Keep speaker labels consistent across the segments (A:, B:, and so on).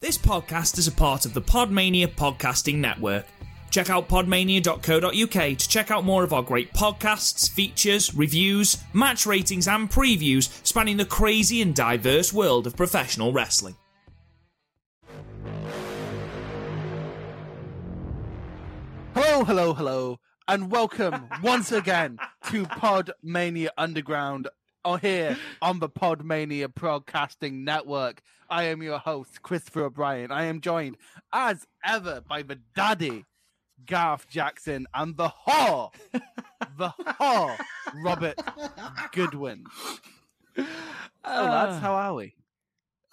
A: This podcast is a part of the Podmania Podcasting Network. Check out podmania.co.uk to check out more of our great podcasts, features, reviews, match ratings, and previews spanning the crazy and diverse world of professional wrestling.
B: Hello, hello, hello, and welcome once again to Podmania Underground or here on the Podmania Broadcasting Network. I am your host, Christopher O'Brien. I am joined, as ever, by the daddy, Garth Jackson, and the whore, the whore, Robert Goodwin. Oh, lads, how are we?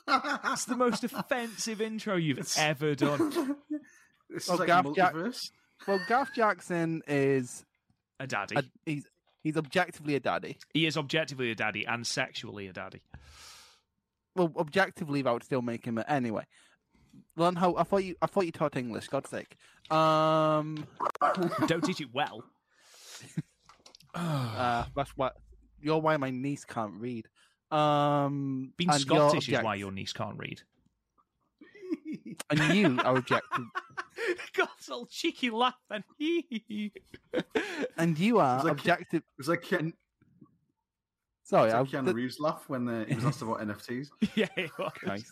A: That's the most offensive intro you've ever done.
C: This is
B: Oh,
C: like a
B: Gaff Jack-
C: multiverse.
B: Well, Garth Jackson is,
A: A daddy.
B: a, he's, he's objectively a daddy.
A: He is objectively a daddy and sexually a daddy.
B: well, objectively, that would still make him a- anyway. Learn how I thought you. I thought you taught English. God's sake. Um,
A: Don't teach it well.
B: uh, that's what you're. Why my niece can't read. Um,
A: Being
B: and you're
A: Scottish is
B: object-
A: why your niece can't read.
B: and you are objective,
A: God's old cheeky laugh then.
B: and you are
C: It's like-
B: objective.
C: It was like Keanu,
B: Sorry,
C: it's
B: I,
C: like Keanu Reeves' laugh when uh, he was asked about NFTs.
A: yeah, it was.
B: Christ.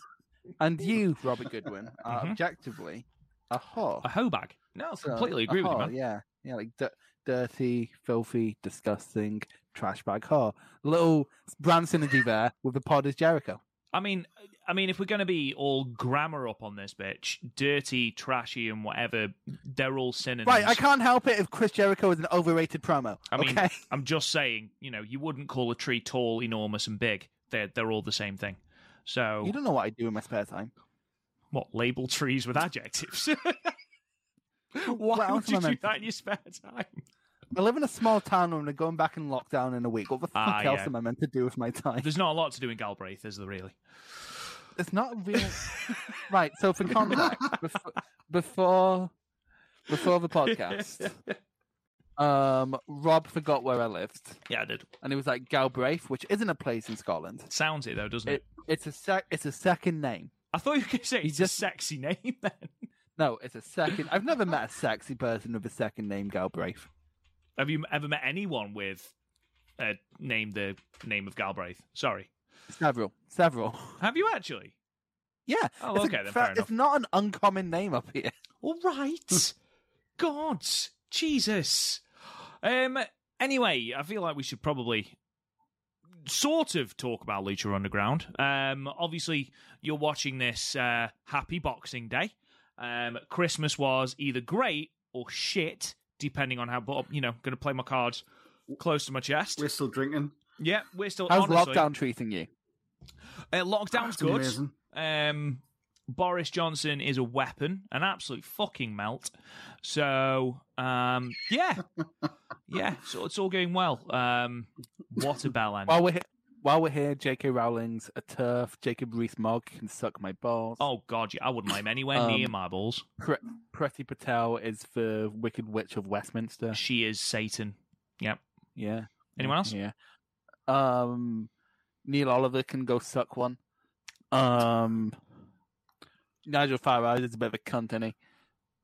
B: and you, Robert Goodwin, are
A: Mhm.
B: objectively a whore.
A: A hoe bag. No, I
B: So, oh,
A: completely
B: a
A: agree with you,
B: whore,
A: man.
B: Yeah, yeah, like d- dirty, filthy, disgusting, trash bag whore. Little brand synergy there with the pod is Jericho.
A: I mean, I mean, if we're going to be all grammar up on this bitch, dirty, trashy, and whatever, they're all synonyms.
B: Right, I can't help it if Chris Jericho is an overrated promo.
A: I mean,
B: okay,
A: I'm just saying, you know, you wouldn't call a tree tall, enormous, and big. They're they're all the same thing. So
B: you don't know what I do in my spare time.
A: what? Label trees with adjectives. Why
B: what
A: would
B: else
A: you
B: am
A: do
B: I meant to
A: that in your spare time?
B: I live in a small town and I'm going back in lockdown in a week. What the fuck
A: Ah,
B: else
A: yeah.
B: am I meant to do with my time?
A: There's not a lot to do in Galbraith, is there really?
B: It's not real. right, so for context, before before, before the podcast, um, Rob forgot where I lived,
A: Yeah, it
B: and he was like Galbraith, which isn't a place in Scotland.
A: sounds it though, doesn't it?
B: It, it's a sec- it's a second name.
A: I thought you were going to say
B: You
A: it's
B: just-
A: a sexy name. Then
B: No, it's a second. I've never met a sexy person with a second name, Galbraith.
A: have you ever met anyone with uh, name the name of Galbraith? Sorry,
B: Several, several.
A: have you actually?
B: Yeah.
A: Oh,
B: it's a
A: okay, then,
B: fa-
A: fair enough.
B: It's not an uncommon name up here.
A: All right. God, Jesus. Um. Anyway, I feel like we should probably sort of talk about Lucha Underground. Um. Obviously, you're watching this. Uh, happy Boxing Day. Um. Christmas was either great or shit, depending on how. But you know, going to play my cards close to my chest.
C: We're still drinking.
A: Yeah, we're still.
B: How's
A: honestly,
B: lockdown treating you?
A: Uh, lockdown's
C: It's
A: good.
C: amazing.
A: Um, Boris Johnson is a weapon, an absolute fucking melt. So, um, yeah, yeah. So it's all going well. Um, what a bell end.
B: While we're here, while we're here, J.K. Rowling's a turf. Jacob Rees-Mogg can suck my balls.
A: oh God, yeah, I wouldn't lay him anywhere
B: Um,
A: near my balls.
B: Pre- Preti Patel is the Wicked Witch of Westminster.
A: She is Satan.
B: Yeah.
A: Anyone else?
B: Yeah. Um, Neil Oliver can go suck one. Um, Nigel Farage is a bit of a cunt, is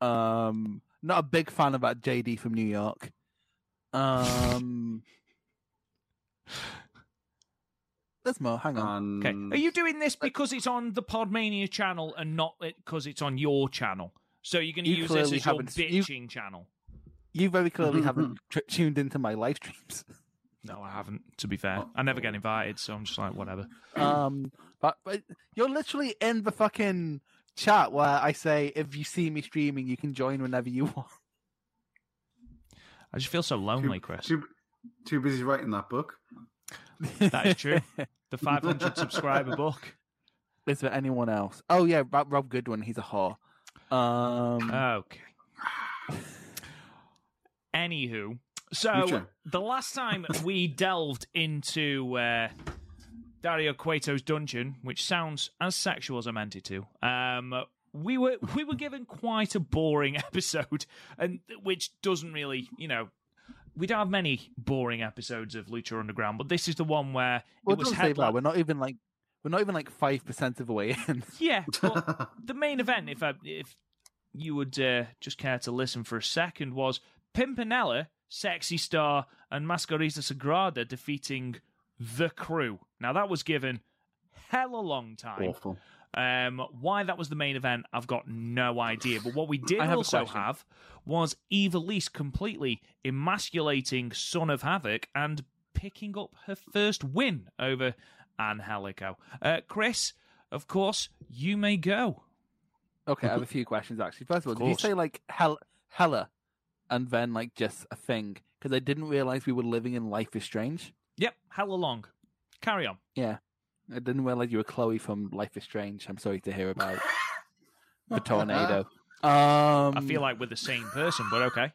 B: Um, not a big fan of that JD from New York. Um, there's more. Hang on.
C: And
A: Okay. Are you doing this because it's on the Podmania channel and not because it's on your channel? So you're going to
B: You
A: use this
B: clearly
A: as your
B: haven't- you-
A: bitching channel?
B: You very clearly haven't tr- tuned into my live streams.
A: No, I haven't. To be fair, I never get invited, so I'm just like whatever.
B: Um, but, but you're literally in the fucking chat where I say if you see me streaming, you can join whenever you want.
A: I just feel so lonely, Chris.
C: Too, too busy writing that book.
A: That is true. The 500 subscriber book.
B: Is there anyone else? Oh yeah, Rob, Rob Goodwin. He's a whore. Um,
A: Okay. Anywho, so
C: Lucha.
A: the last time we delved into uh, Dario Cueto's dungeon, which sounds as sexual as I meant it to, um, we were we were given quite a boring episode, and which doesn't really, you know, we don't have many boring episodes of Lucha Underground, but this is the one where
B: well,
A: it was
B: don't say
A: headline-
B: that. We're not even like We're not even like five percent of the way in.
A: Yeah, but the main event, if I, if you would uh, just care to listen for a second, was Pimpinella, Sexy Star, and Masquerita Sagrada defeating the crew. Now that was given hell a long time.
C: Awful.
A: Um, why that was the main event, I've got no idea. But what we did
B: I have a
A: also
B: question.
A: have was Evilise completely emasculating Son of Havoc and picking up her first win over Angelico. Uh, Chris, of course, you may go.
B: Okay, I have a few questions actually. First of all,
A: Of
B: did you
A: course.
B: say like hell, hella, and then like just a thing? Because I didn't realize we were living in Life is Strange.
A: Yep, hella long. Carry on.
B: I didn't realize you were Chloe from Life is Strange. I'm sorry to hear about the tornado. Um,
A: I feel like we're the same person, but okay.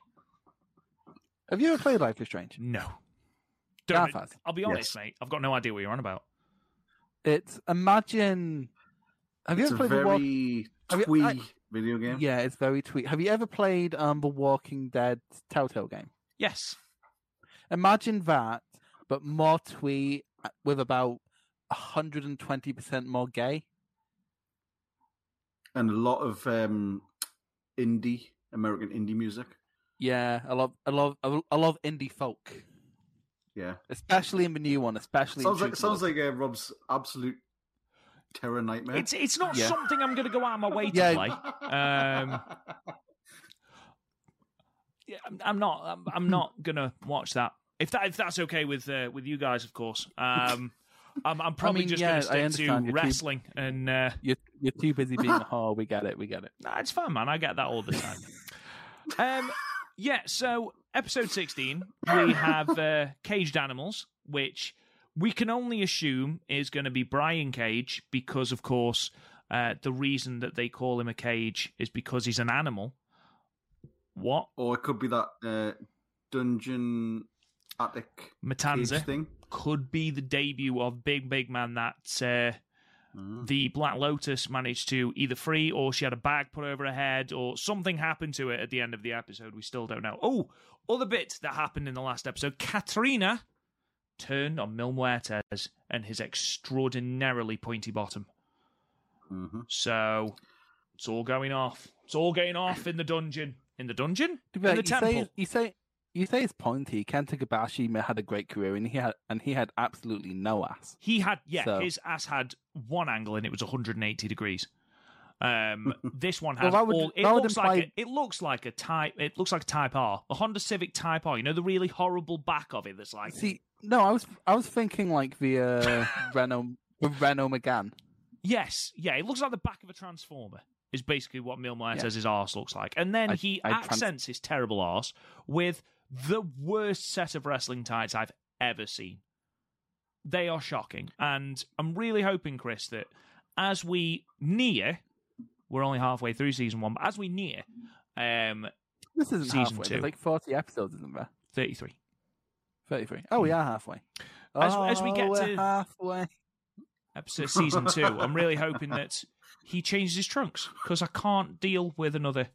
B: Have you ever played Life is Strange?
A: No. Don't,
B: Belfast.
A: I'll be honest, mate. I've got no idea what you're on about.
B: It's imagine. Have you
C: It's
B: ever
C: a
B: played the Walk-
C: very
B: Have you-
C: twee
B: I-
C: video game.
B: Yeah, it's very tweet. Have you ever played um the Walking Dead Telltale game?
A: Yes.
B: Imagine that, but more twee with about 120% more gay.
C: And a lot of um, indie, American indie music.
B: Yeah, I love, I love, I love indie folk,
C: Yeah.
B: especially in the new one. Especially in
C: Sounds like
B: True
C: sounds
B: Blood.
C: like uh, Rob's absolute terror nightmare.
A: It's it's not
B: Yeah.
A: something I'm going to go out of my way to
B: Yeah.
A: play. Um, Yeah, I'm, I'm not. I'm, I'm not gonna watch that. If that if that's okay with uh, with you guys, of course. Um, I'm, I'm probably
B: mean,
A: just
B: yeah, I
A: gonna stick
B: understand
A: to
B: your team.
A: wrestling, and uh,
B: you're, you're too busy being a whore. We get it. We get it.
A: nah, it's fun, man. I get that all the time. um, yeah. So episode 16, we have uh, caged animals, which we can only assume is going to be Brian Cage because, of course, uh, the reason that they call him a cage is because he's an animal. What
C: or it could be that uh, dungeon attic cage
A: Matanza?
C: thing.
A: could be the debut of Big Big Man that uh,
C: Mm.
A: the Black Lotus managed to either free or she had a bag put over her head or something happened to it at the end of the episode. We still don't know. Oh, other bit that happened in the last episode Katrina turned on Mil Muertes and his extraordinarily pointy bottom.
C: Mhm.
A: So it's all going off. It's all going off in the dungeon. In the dungeon?
B: To be
A: In the
B: like, you say,
A: temple.
B: you say, you say it's pointy. Kenta Kobashi ma- had a great career, and he had, and he had absolutely no ass.
A: He had yeah,
B: So-
A: his ass had one angle and it was 180 degrees. Um, this one has
B: Well, that would-
A: all. It
B: that would
A: looks like
B: imply-
A: a, it looks like a type. It looks like a Type R, a Honda Civic Type R. You know the really horrible back of it. That's like
B: See, no, I was, I was thinking like the uh, Renault, the Renault Megane.
A: yes, yeah. It looks like the back of a transformer. Is basically what Mil Muertes'
B: Yeah.
A: his arse looks like, and then
B: I-
A: he
B: I trans-
A: accents his terrible arse with the worst set of wrestling tights I've ever seen. They are shocking, and I'm really hoping, Chris, that as we near, we're only halfway through season one, but as we near, um,
B: This isn't
A: Season
B: halfway.
A: two.
B: There's like forty episodes, isn't there?
A: 33.
B: Thirty-three. Oh, we are halfway.
A: Hmm. As- as we
B: Oh,
A: get
B: we're
A: to-
B: halfway.
A: episode season two. I'm really hoping that he changes his trunks because I can't deal with another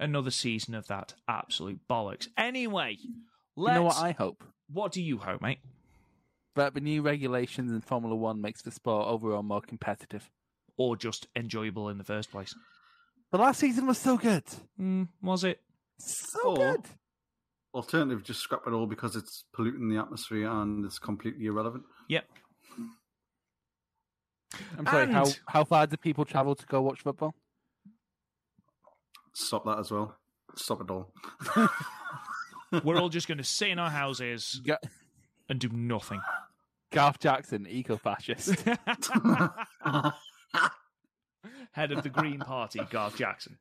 A: another season of that absolute bollocks. Anyway,
B: You
A: let's.
B: know
A: what,
B: what I hope?
A: do you hope, mate?
B: That the new regulations in Formula One makes the sport overall more competitive.
A: Or just enjoyable in the first place?
B: The last season was so good.
A: Mm, was it?
B: So
C: Or-
B: good.
C: Alternative, just scrap it all because it's polluting the atmosphere and it's completely irrelevant.
A: Yep.
B: I'm sorry, how,
A: And-
B: how far do people travel to go watch football?
C: Stop that as well. Stop it all.
A: We're all just going to sit in our houses
B: Ga-
A: and do nothing.
B: Garth Jackson, eco fascist.
A: Head of the Green Party, Garth Jackson.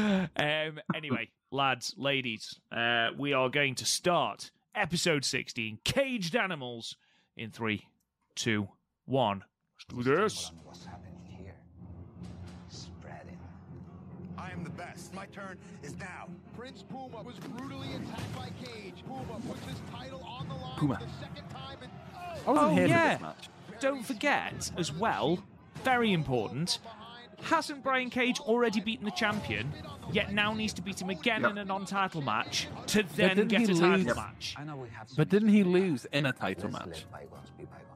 A: Um, anyway, lads, ladies, uh, we are going to start episode 16 Caged Animals in three, two, one. Let's do this.
D: on what's happening here. Spreading.
E: I am the best. My turn is now.
F: Prince Puma was brutally attacked by Cage. Puma puts his title on the line
B: Puma.
F: for the second time in
B: I wasn't
A: Oh,
B: here
A: yeah.
B: for this match.
A: Don't forget, as well, very important, hasn't Brian Cage already beaten the champion, yet now needs to beat him again
C: Yep.
A: in a non title match to then
B: didn't
A: get
B: he
A: a title
B: lose?
A: match?
D: I know we have some
B: But didn't he lose in a title
D: Let's
B: match?
D: let bygones be bygones.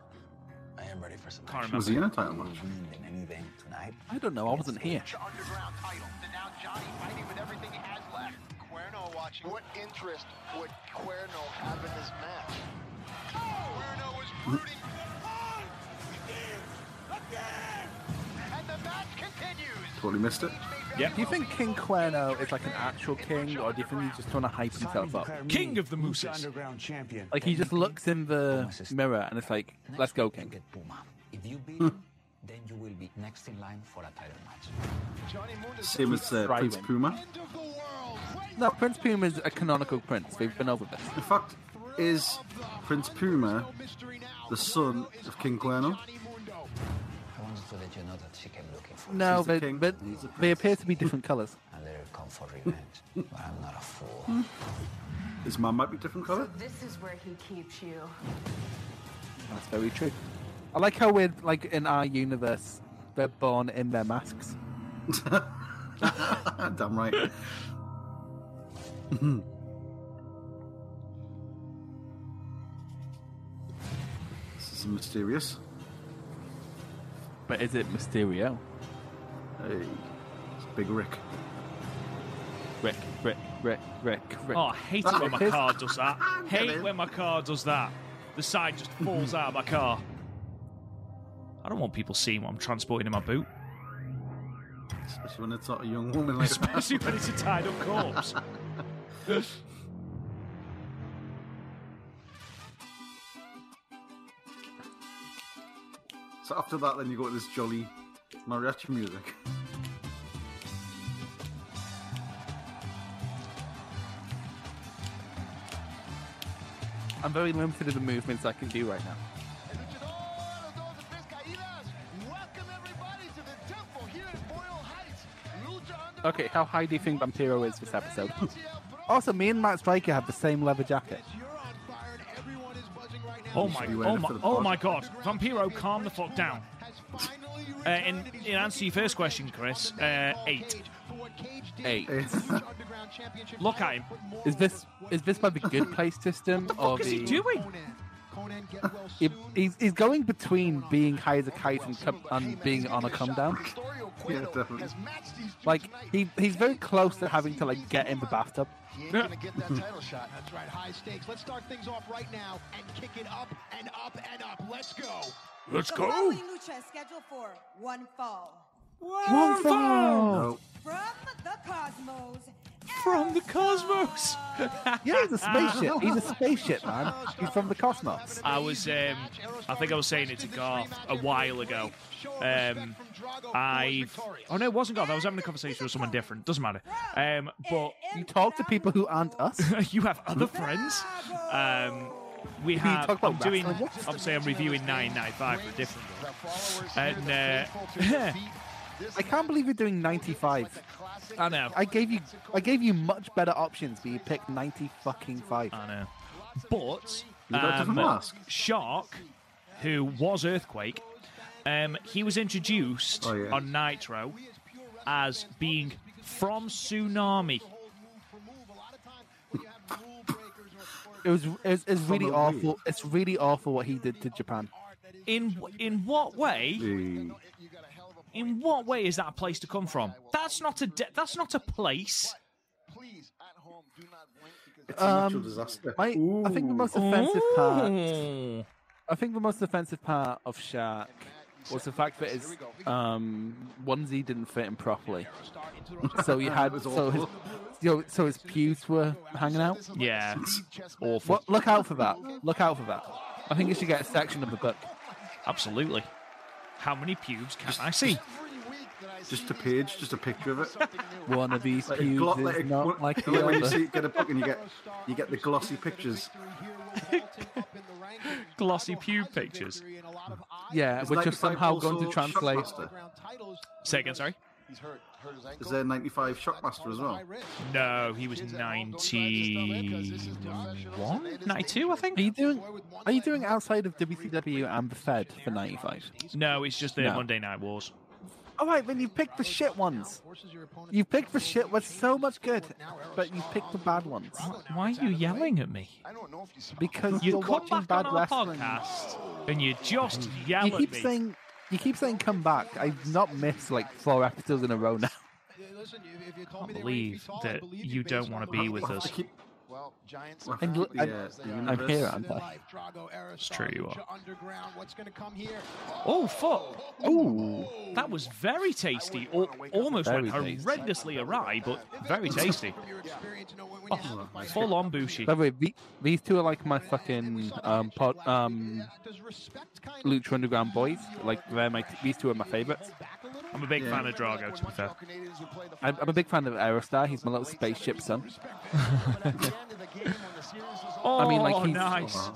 D: I am ready for some
A: Can't
D: action.
A: remember.
C: Was he in a title
D: Will
C: match?
D: we win in any event tonight?
B: I don't know. I wasn't here.
F: The underground title. And now Johnny fighting with everything he has left. Cuerno watching.
G: What interest would Cuerno have in this match?
F: Cuerno was brooding. and the match continues.
C: Totally missed it.
A: Yep.
B: Do you think King Cuerno is like an actual king, or do you think he's just trying to hype himself up?
A: King of the
E: Moose
A: Mooses.
E: Underground champion.
B: Like he just looks in the mirror and it's like, let's go,
D: You
B: King.
D: get Puma. If you beat
C: Hmm.
D: him, then you will be next in line for a title match.
F: Johnny Moon is
C: Same as uh, Prince
B: Thriving.
C: Puma.
F: end of the world. Great
B: No, Prince Puma is a canonical prince. We've been over this.
C: In fact, is Prince Puma
F: mystery now.
C: the son of King Cuerno?
F: Johnny Mundo.
D: I wanted to let you know that she kept looking for
B: No,
C: He's the
B: they,
C: king.
B: but
C: He's the
B: they
C: prince.
B: appear to be different colors.
D: a little come for revenge. but I'm not a fool.
C: His man might be different colour.
H: This is where he keeps you.
B: That's very true. I like how we're like in our universe, they're born in their masks.
C: Damn right. Mm-hmm. this is mysterious.
B: But is it Mysterio?
C: Hey, it's Big Rick.
B: Rick, Rick, Rick, Rick, Rick.
A: Oh, I hate it when my
B: Piss.
A: car does that.
C: Get
A: Hate
C: in.
A: when my car does that. The side just falls out of my car. I don't want people seeing what I'm transporting in my boot,
C: Especially when it's not a young woman like that.
A: especially when it's a tied up corpse.
C: So after that, then you go to this jolly mariachi music.
B: I'm very limited in the movements I can do right now.
F: El luchador, los dos de tres caídas. Welcome everybody to the temple here in Boyle Heights. Lucha Underground.
B: Okay, how high do you think Vampiro is this episode? also, me and Matt Striker have the same leather jacket.
F: You're on fire and everyone is buzzing right now.
A: Oh my,
C: You
A: oh
C: waited
A: my,
C: for the
A: oh
C: pod.
A: my God! Vampiro, calm the fuck down.
F: Has finally
A: Uh, in,
F: returned and he's
A: in answer to your first question,
F: revenge on
A: Chris,
F: the man
A: uh,
F: called
A: eight.
F: Cage for what Cage did
B: Eight.
F: to the Lucha Underground Championship
A: Look at
F: title,
A: him.
F: but more
B: Is this
F: over what
B: is this by the good place system or
A: is he
B: the?
A: doing?
F: Conan. Conan, get well
B: He-
F: soon.
B: he's, he's going between being high as a kite and, come, and being on a come down.
C: Yeah, definitely.
B: Like he he's very close to having to like get in the bathtub.
G: He ain't gonna get that title shot.
F: That's right, high stakes. Let's start things off right now and kick it up and up and up. Let's go.
A: Let's
I: The following lucha is scheduled for one fall.
A: One fall
C: Oh,
I: From the cosmos.
A: from the cosmos.
B: Yeah, he's a spaceship. He's a spaceship, man. He's from the cosmos.
A: I was, um, I think I was saying it to Garth a while ago. Um, I, oh no, it wasn't Garth. I was having a conversation with someone different. Doesn't matter. Um, but
B: You talk to people who aren't us.
A: you have other friends. Um, we
B: Can you
A: have.
B: talk about
A: I'm doing.
B: wrestling?
A: Obviously, I'm reviewing 995 for a different one. And, uh,
B: I can't believe you're doing 95.
A: I know.
B: I gave you I gave you much better options, but you picked 90 fucking five.
A: I know. But
C: You got a different
A: um,
C: mask?
A: Shark, who was Earthquake, um, he was introduced
C: Oh, yeah.
A: on Nitro as being from Tsunami.
B: It was it was, it's really
C: From the
B: awful. It's really awful what he did to Japan.
A: In in what way?
C: hey.
A: In what way is that a place to come from? That's not a de- that's not a place.
G: Please, at home, do not wink because
C: It's a natural
B: Um,
C: disaster.
B: My, I think the most offensive part.
A: Ooh.
B: I think the most offensive part of Shark was the fact that his um, onesie didn't fit him properly. So he had so his you know, so his pews were hanging out.
A: Yeah. Awful.
B: What, look out for that. Look out for that. I think you should get a section of the book.
A: Absolutely. How many pubes can I see?
C: Just a page, just a picture of it.
B: One of these
C: Like a
B: pews
C: glo- like a-
B: is not like
C: like
B: the
C: when you
B: other.
C: see get a book and you get you get the glossy pictures.
A: Glossy pube pictures.
B: Yeah,
C: Isn't
B: which are
C: that your
B: somehow
C: Bible
B: going to
C: also
B: translate.
C: Shockmaster?
A: Say again, sorry.
G: he's hurt. Hurt his ankle.
C: Is there 95 Shockmaster as well?
A: No, he was 91, 92, I
B: Are you
A: think.
B: doing? Are you doing outside of WCW and the Fed for ninety five?
A: No, it's just the
B: No.
A: Monday Night Wars.
B: All Oh, right, then you picked the shit ones. You picked the shit was so much good, but you picked the bad ones
A: Wh- Why are you yelling at me?
G: I don't know if you saw
B: because
A: You
B: are
A: come
B: watching
A: back
B: bad
A: on our
B: wrestling.
A: podcast and you just yell
B: You
A: at
B: keep
A: me.
B: saying you keep saying come back. I've not missed like four episodes in a row
A: I
B: now.
A: can't believe that you don't want to be with us.
C: Keep,
G: well, Giants.
C: Well,
B: And look,
C: the,
B: I'm-
C: uh, the
B: I'm
C: universe-
B: here, aren't I?
A: It's true, you are. Oh, fuck.
B: Ooh,
A: That was very tasty. Al- almost
B: Very
A: went
B: tasty.
A: horrendously awry, but very tasty.
C: Oh,
A: Full on bushy.
B: by the way, the- these two are like my fucking um pod, um Lucha Underground boys. Like they're my these two are my favorites.
A: I'm a big
C: Yeah.
A: fan of Drago, to be fair.
B: I'm, I'm a big fan of Aerostar. He's my little spaceship son.
A: Oh,
B: mean, like, he's-
A: nice.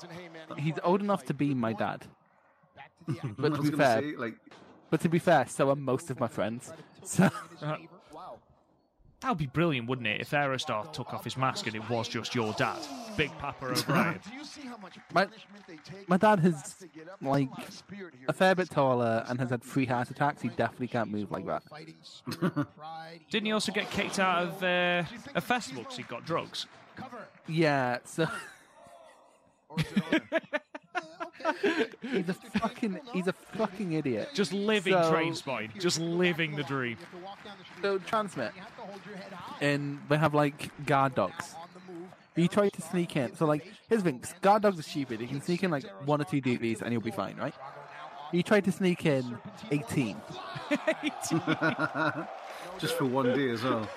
B: He's old enough to be my dad. But
C: I
B: to
C: was
B: be
C: gonna
B: fair,
C: say, like,
B: but to be fair, so are most of my friends. So
A: That would be brilliant, wouldn't it, if Aerostar took off his mask and it was just your dad, Big Papa O'Brien.
B: my my dad has like a fair bit taller and has had three heart attacks. He definitely can't move like that.
A: Didn't he also get kicked out of uh, a festival because he got drugs?
B: Yeah, so he's a fucking he's a fucking idiot.
A: Just living
B: So-
A: train spine, just living the dream.
B: So transmit, and they have like guard dogs. He tried to sneak in. So like, here's the thing: guard dogs are stupid. You can sneak in like one or two duties, and you'll be fine, right? He tried to sneak in 18.
C: just for one day as well.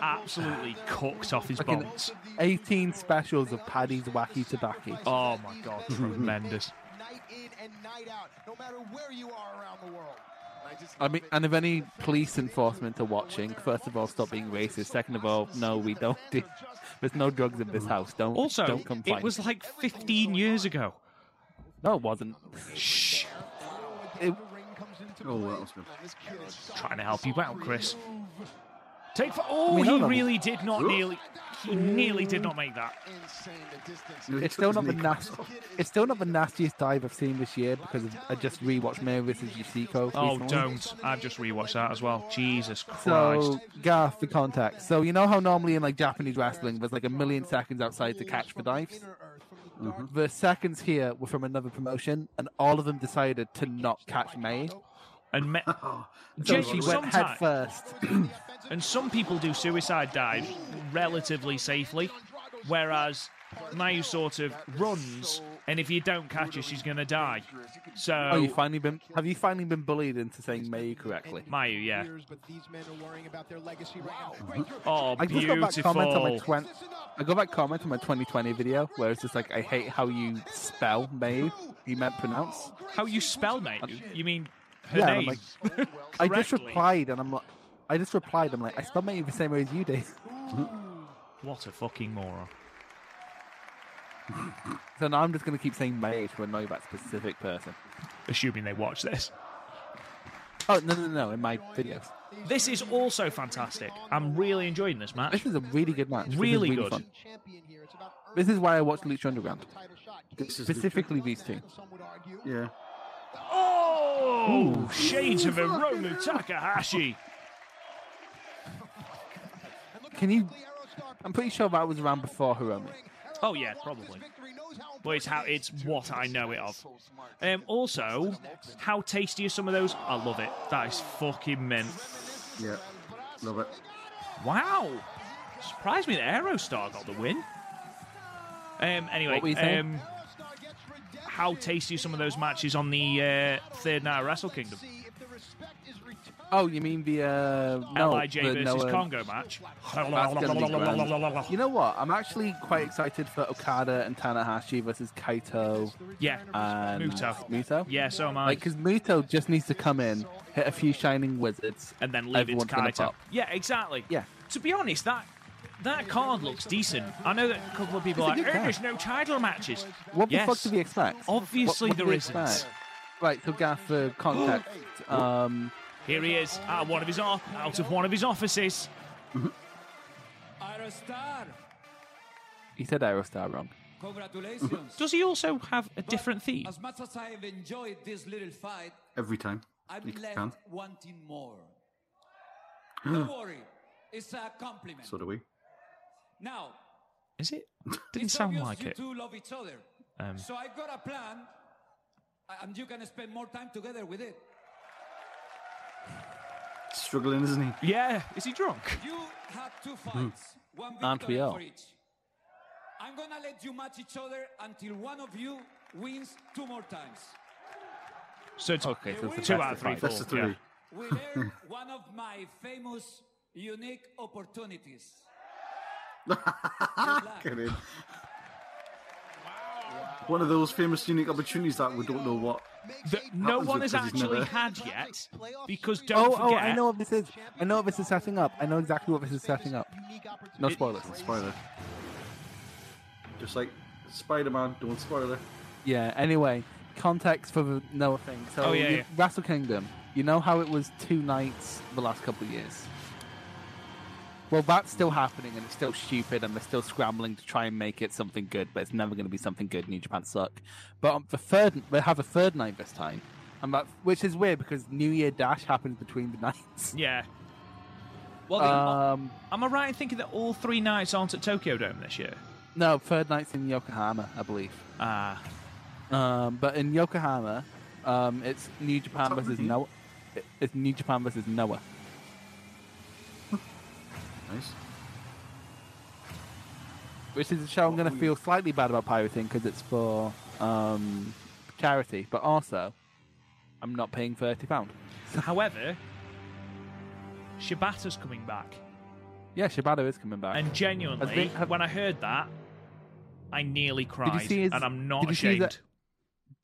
A: Absolutely cooked off his
B: Fucking
A: bones.
B: 18 specials of Paddy's wacky tobacco.
A: Oh my god, tremendous.
B: I mean, and if any police enforcement are watching, first of all, stop being racist. Second of all, no, we don't do. There's no drugs in this house. Don't
A: Also,
B: don't come
A: it
B: find
A: was like 15 years ago.
B: No, it wasn't.
A: Shh,
B: It,
C: Oh, that was good.
A: trying to help you out, Chris. Take for. Oh,
B: mean,
A: he
B: hold on.
A: really did not nearly. He nearly did not make that.
C: You know, he
B: it's
C: took
B: still
C: his
B: not the
C: knee-
B: nasty. It's still not the nastiest dive I've seen this year because of, I just rewatched Mary vs. Yushiko.
A: Oh,
B: recently.
A: don't. I've just rewatched that as well. Jesus Christ.
B: So, Garth, the contact. So, you know how normally in like Japanese wrestling, there's like a million seconds outside to catch the dives? The seconds here were from another promotion, and all of them decided to not catch May.
A: And me-
B: Oh, So
A: Genuinely,
B: she went
A: sometimes-
B: head first.
A: and some people do suicide dives relatively safely, whereas Mayu sort of runs, and if you don't catch her, she's gonna die. So
B: Oh, you finally been? Have you finally been bullied into saying May correctly?
A: Mayu, yeah.
J: But these men are worrying about their legacy right now.
A: Oh,
B: I just got that
A: beautiful.
B: comment on my twen- I got that comment on my 2020 video where it's just like, I hate how you spell May. You meant pronounce.
A: How you spell mate? You mean her
B: Yeah, I'm
A: name?
B: like- I just
A: Correctly.
B: replied, and I'm like, I just replied, I'm like, I spell May the same way as you do.
A: What a fucking moron.
B: So now I'm just going to keep saying May to annoy that specific person.
A: Assuming they watch this.
B: Oh, no, no, no, in my videos.
A: This is also fantastic. I'm really enjoying this match.
B: This is a really good match. This is
A: Really good.
B: fun. This is why I watch Lucha Underground.
C: This is
B: Specifically these two.
C: the- yeah.
A: Oh, shades of Hiromu Takahashi.
B: Can you... I'm pretty sure that was around before Hiromi.
A: Oh yeah, probably. But it's how it's what I know it of. Um, also, how tasty are some of those? I love it. That is fucking mint.
C: Yeah. Love it.
A: Wow, surprised me that Aerostar got the win. Um, anyway,
B: What were you saying?
A: um, how tasty are some of those matches on the uh, third night of Wrestle Kingdom?
B: Oh, you mean the... Uh, no,
A: Lij
B: the
A: versus
B: Noah-
A: Congo match.
B: That's gonna be grand. You know what? I'm actually quite excited for Okada and Tanahashi versus Kaito
A: Yeah,
B: and
A: Muto.
B: Um, Muto.
A: Yeah, so am I.
B: Like, because Muto just needs to come in, hit a few shining wizards,
A: and then leave
B: everyone's
A: it to
B: gonna
A: Kaito.
B: pop.
A: Yeah, exactly.
B: Yeah.
A: To be honest, that that card looks decent. I know that a couple of people are
B: It's a
A: like,
B: good
A: "Eh,
B: card."
A: there's no title matches.
B: What the
A: Yes.
B: fuck do we expect?
A: Obviously
B: what, what do
A: there
B: we
A: isn't.
B: expect? Right, so Gaff for context. um,
A: Here he is, out of one of his off, out of one of his offices.
B: he said Aerostar wrong.
J: Congratulations.
A: Does he also have a different theme?
J: As much as I have enjoyed this little fight,
C: every time.
K: I'm
C: You
K: left
C: can.
K: wanting more. Don't worry, it's a compliment.
C: So do we.
K: Now,
A: Is it? Didn't
K: it's
A: sound
K: obvious
A: like
K: you
A: it.
K: two love each other.
A: Um,
K: So I got a plan, a- and you can spend more time together with it.
C: Struggling, isn't he?
A: Yeah, is he drunk?
K: You had two
A: Hmm.
K: fights, one
B: Aren't we
K: victory
B: all?
K: for each. I'm gonna let you match each other until one of you wins two more times.
A: So it's
B: Okay, so it's the
A: two
B: best
A: out of
B: of
A: three.
B: five.
A: Four.
C: That's the three.
A: Oh, yeah.
K: We learn one of my famous, unique opportunities.
C: Get in. One of those famous unique opportunities that we don't know what.
A: that no
C: Happens
A: one
C: with
A: has
C: because he's
A: actually
C: never-
A: had yet because
B: Oh,
A: don't
B: oh,
A: forget
B: I know what this is. I know what this is setting up. I know exactly what this is setting up. No spoilers.
C: Spoiler. Just like Spider Man, don't spoil it.
B: Yeah, anyway, context for the Noah thing. So,
A: Oh, yeah,
B: you-
A: yeah.
B: Wrestle Kingdom, you know how it was two nights the last couple of years? Well, that's still happening and it's still stupid and they're still scrambling to try and make it something good, but it's never going to be something good. New Japan suck. But on the third, they have a third night this time, and that, which is weird because New Year Dash happens between the nights.
A: Yeah. Well, they-
B: Um,
A: am I right in thinking that all three nights aren't at Tokyo Dome this year?
B: no, third night's in Yokohama, I believe.
A: Ah,
B: Um, but in Yokohama, um, it's New Japan
C: Top
B: versus
C: review.
B: Noah. it- It's New Japan versus Noah.
C: Nice.
B: which is a show I'm going to
C: we-
B: feel slightly bad about pirating because it's for um, charity, but also I'm not paying thirty pound.
A: however, Shibata's coming back,
B: Yeah, Shibata is coming back.
A: and genuinely,
B: Has been- have-
A: when I heard that, I nearly cried,
B: see his-
A: and I'm not
B: did you see
A: ashamed.
B: that-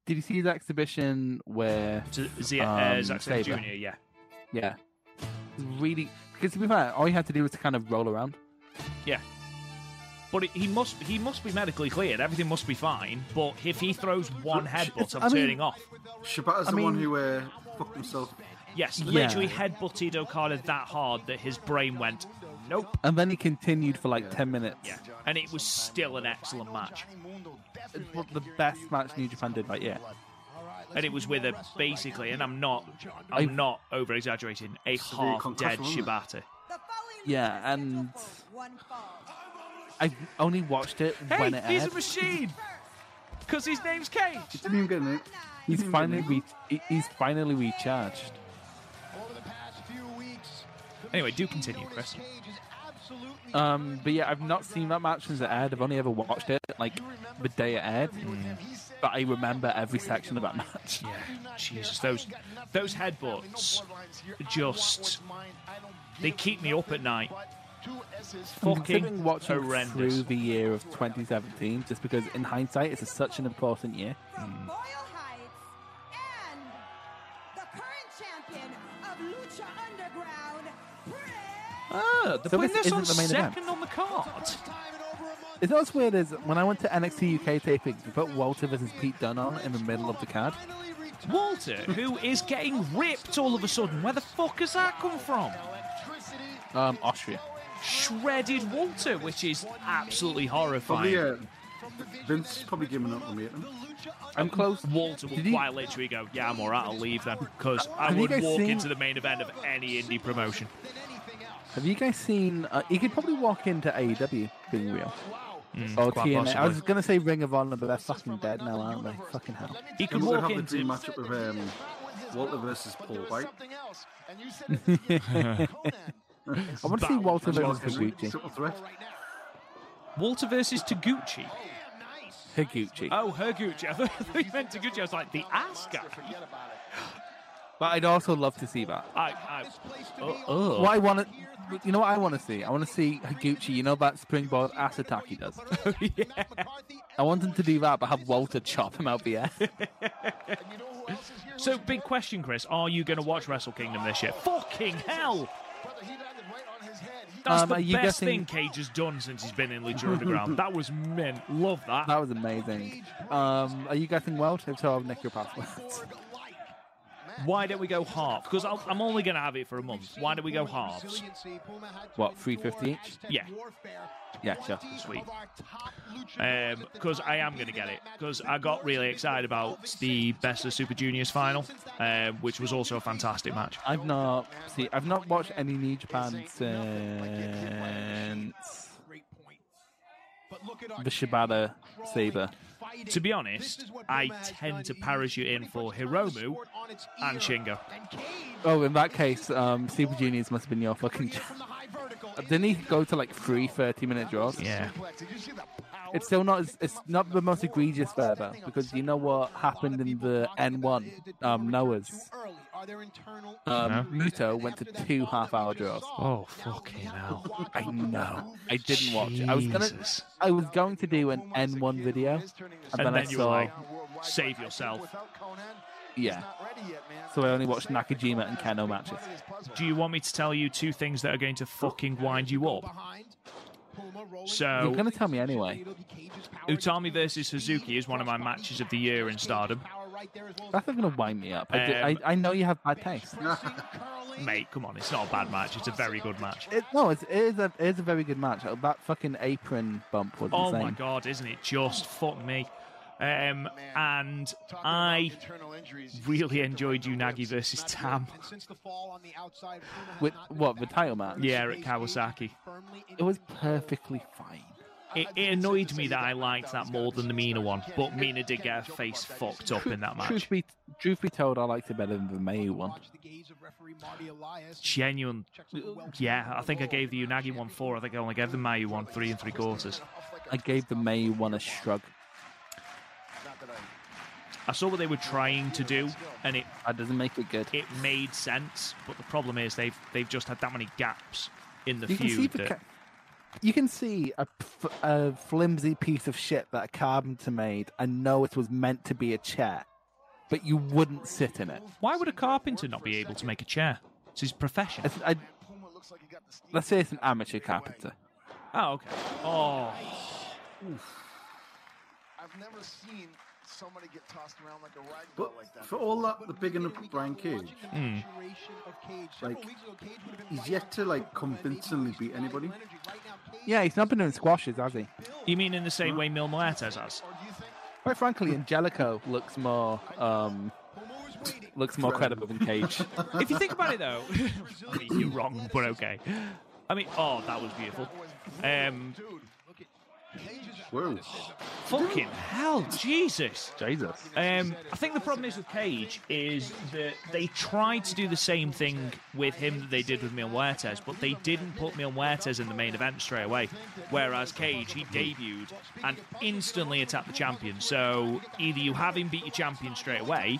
B: Did you see his exhibition where?
A: To Z- uh,
B: um,
A: Zack Sabre
B: Sabre?
A: Jr. Yeah,
B: Yeah, really. Because to be fair, all you had to do was to kind of roll around.
A: yeah. But he- he must he must be medically cleared. Everything must be fine. But if he throws one headbutt, I'm
B: I mean-
A: turning off.
C: Shabata's the
B: I
C: one
B: mean-
C: who uh, fucked himself.
A: Yes,
B: Yeah.
A: literally headbutted Okada that hard that his brain went, nope.
B: And then he continued for like
C: Yeah.
B: ten minutes.
A: Yeah, and it was still an excellent match.
B: It's what the best match New Japan did right yeah.
A: And it was with a basically, and I'm not, I'm
B: I-
A: not over exaggerating, a
C: Severe
A: half dead
C: concussion, wasn't it?
A: Shibata.
I: The following
B: Yeah,
I: lucha scheduled
B: and-
I: for one fall.
B: I only watched it when it
A: Hey, he's a
B: aired.
A: machine because his name's Cage.
C: He didn't even get an
B: He's finally re- he- he's finally recharged.
F: Over the past few weeks, the
A: Anyway, do
F: machine
A: continue,
F: known
A: Chris.
F: as Cage is absolutely
B: Um, but yeah, I've not seen that match since it aired. I've only ever watched it like the day it aired. But I remember every section of that match.
A: Yeah, Jesus, those those headbutts, just they keep me up at night. Fucking
B: Considering watching
A: horrendous.
B: through the year of 2017, just because in hindsight it's a, such an important year.
I: From Boyle Heights and the current champion of Lucha Underground, Britt.
B: Uh,
A: Ah, they're
B: So
A: putting
B: this
A: this on
B: isn't the main event?
A: second on the card.
B: It's not as weird as when I went to NXT UK tapings, we put Walter versus Pete Dunne on in the middle of the card.
A: Walter, who is getting ripped all of a sudden. Where the fuck has that come from?
B: Um, Austria.
A: Shredded Walter, which is absolutely
C: Probably,
A: horrifying.
C: uh, Vince probably giving up on me.
A: Um,
B: I'm close.
A: Walter will
B: Did you-
A: quite literally go, Yeah, I'm alright, I'll leave then. Because I
B: Have you
A: would
B: guys
A: walk
B: seen-
A: into the main event of any indie promotion.
B: Have you guys seen? Uh, you could probably walk into AEW being real. or
A: quite
B: TNA. I was
A: possibly.
B: gonna say Ring of Honor, but they're fucking dead now, aren't they? Fucking hell.
A: He
C: You
A: could
C: would
A: walk
C: have the dream
A: into.
C: matchup with um, Walter versus
F: But
C: Paul
F: there was
C: White.
F: something else, and you said it to Conan.
B: I want to see Walter
C: That's
B: versus
C: Walter,
B: Higuchi.
C: Triple threat.
A: Walter versus Taguchi.
B: Higuchi.
A: Oh, Herguchi. I thought I thought you meant Taguchi. I was like, The ass guy.
B: But I'd also love to see that.
A: I. I oh,
B: What I want to, you know, what I want to see. I want to see Higuchi. You know that springboard ass attack he does. I want him to do that, but have Walter chop him out the air.
A: So, big question, Chris. Are you going to watch Wrestle Kingdom this year? Fucking hell! That's
B: Um,
A: the
B: are you
A: best
B: guessing-
A: thing Cage has done since he's been in Lucha Underground. that was mint. Love that.
B: that was amazing. Um, are you getting Welsh? If so, I'll nick your password.
A: Why don't we go half? Because I'm only going to have it for a month. Why don't we go halves?
B: What, 350 each?
A: Yeah.
B: Yeah, sure.
A: Sweet. Because Um, I am going to get it. Because I got really excited about the Best of Super Juniors final, um, which was also a fantastic match.
B: I've not see. I've not watched any New Japan since the Shibata Saber.
A: To be honest, I tend to parachute in for Hiromu and Shingo.
B: Oh, in that case, um, Super Juniors must have been your fucking. Didn't he go to like three 30 minute draws?
A: Yeah.
B: It's still not. As, it's not the most egregious there though, because you know what happened in the N1 um, Noah's.
A: Uh,
B: Um, Muto went to two half hour draws.
A: Oh, fucking hell.
B: I know. I didn't watch it. I was gonna.
A: Jesus.
B: I was going to do an N1 video, and,
A: And
B: then, I
A: then you were
B: saw.
A: like, save yourself.
B: Yeah. So I only watched Nakajima and Kano matches.
A: Do you want me to tell you two things that are going to fucking wind you up?
B: You're
A: So,
B: gonna tell me anyway.
A: Utami versus Suzuki is one of my matches of the year in Stardom.
B: That's not gonna wind me up. I, di-
A: Um,
B: I, I know you have bad taste.
A: Mate, come on, it's not a bad match. It's a very good match.
B: It, no, it's, it is a it is a very good match. Oh, That fucking apron bump was
A: Oh
B: insane.
A: my god, isn't it just fuck me? Um, and I really enjoyed Unagi versus Tam.
B: With what the title match?
A: Yeah, at Kawasaki.
B: it was perfectly fine.
A: It, it annoyed me that I liked that more than the Mina one, but Mina did get her face fucked up in that match.
B: Truth be truth be told, I liked it better than the May one.
A: Genuine, yeah. I think I gave the Unagi one four. I think I only gave the Mayu one three and three quarters.
B: I gave the May one a shrug.
A: I saw what they were trying to do, and it
B: That doesn't make it good.
A: it made sense. But the problem is they've they've just had that many gaps in the
B: you can see
A: feud.
B: the
A: that-
B: ca- you can see a, f- a flimsy piece of shit that a carpenter made and know it was meant to be a chair, but you wouldn't sit in it.
A: Why would a carpenter not be able to make a chair? It's his profession.
B: It's- I- let's say it's an amateur carpenter.
A: Oh, okay. Oh,
G: I've never seen somebody get tossed around like a rag doll
C: But
G: like that.
C: for all that, the big and Brian Cage,
A: Hmm.
C: like, he's yet to like convincingly beat anybody.
B: Yeah, he's not been doing squashes, has he?
A: you mean in the same way Mil Muertes has?
B: Quite frankly, Angelico looks more um, looks more credible than Cage.
A: If you think about it, though, I mean, you're wrong, but okay. I mean, oh, that was beautiful. Um,
C: Whoa.
A: fucking hell, Jesus.
B: Jesus.
A: Um, I think the problem is with Cage is that they tried to do the same thing with him that they did with Mil Muertes, but they didn't put Mil Muertes in the main event straight away. Whereas Cage, he debuted and instantly attacked the champion. So either you have him beat your champion straight away,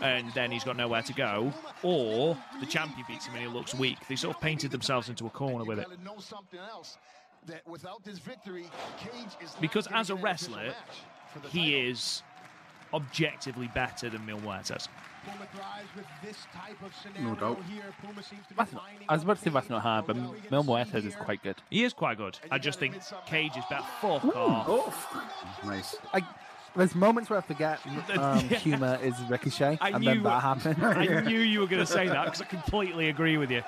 A: and then he's got nowhere to go, or the champion beats him and he looks weak. They sort of painted themselves into a corner with it.
G: Gotta know something else. That without this victory, Cage is not
A: Because
G: gonna
A: as a
G: get an official
A: wrestler,
G: match for the
A: He
G: title.
A: is objectively better than Mil Muertes.
C: No doubt.
B: That's not, I was about to say that's not hard, Uh, but Mil Muertes is quite good.
A: He is quite good. I just think Cage is better. Fuck off.
C: Oh, f- nice.
B: I, there's moments where I forget um,
A: Yeah.
B: humor is Ricochet,
A: I
B: and then
A: knew-
B: that happened.
A: I knew you were going to say that because I completely agree with you.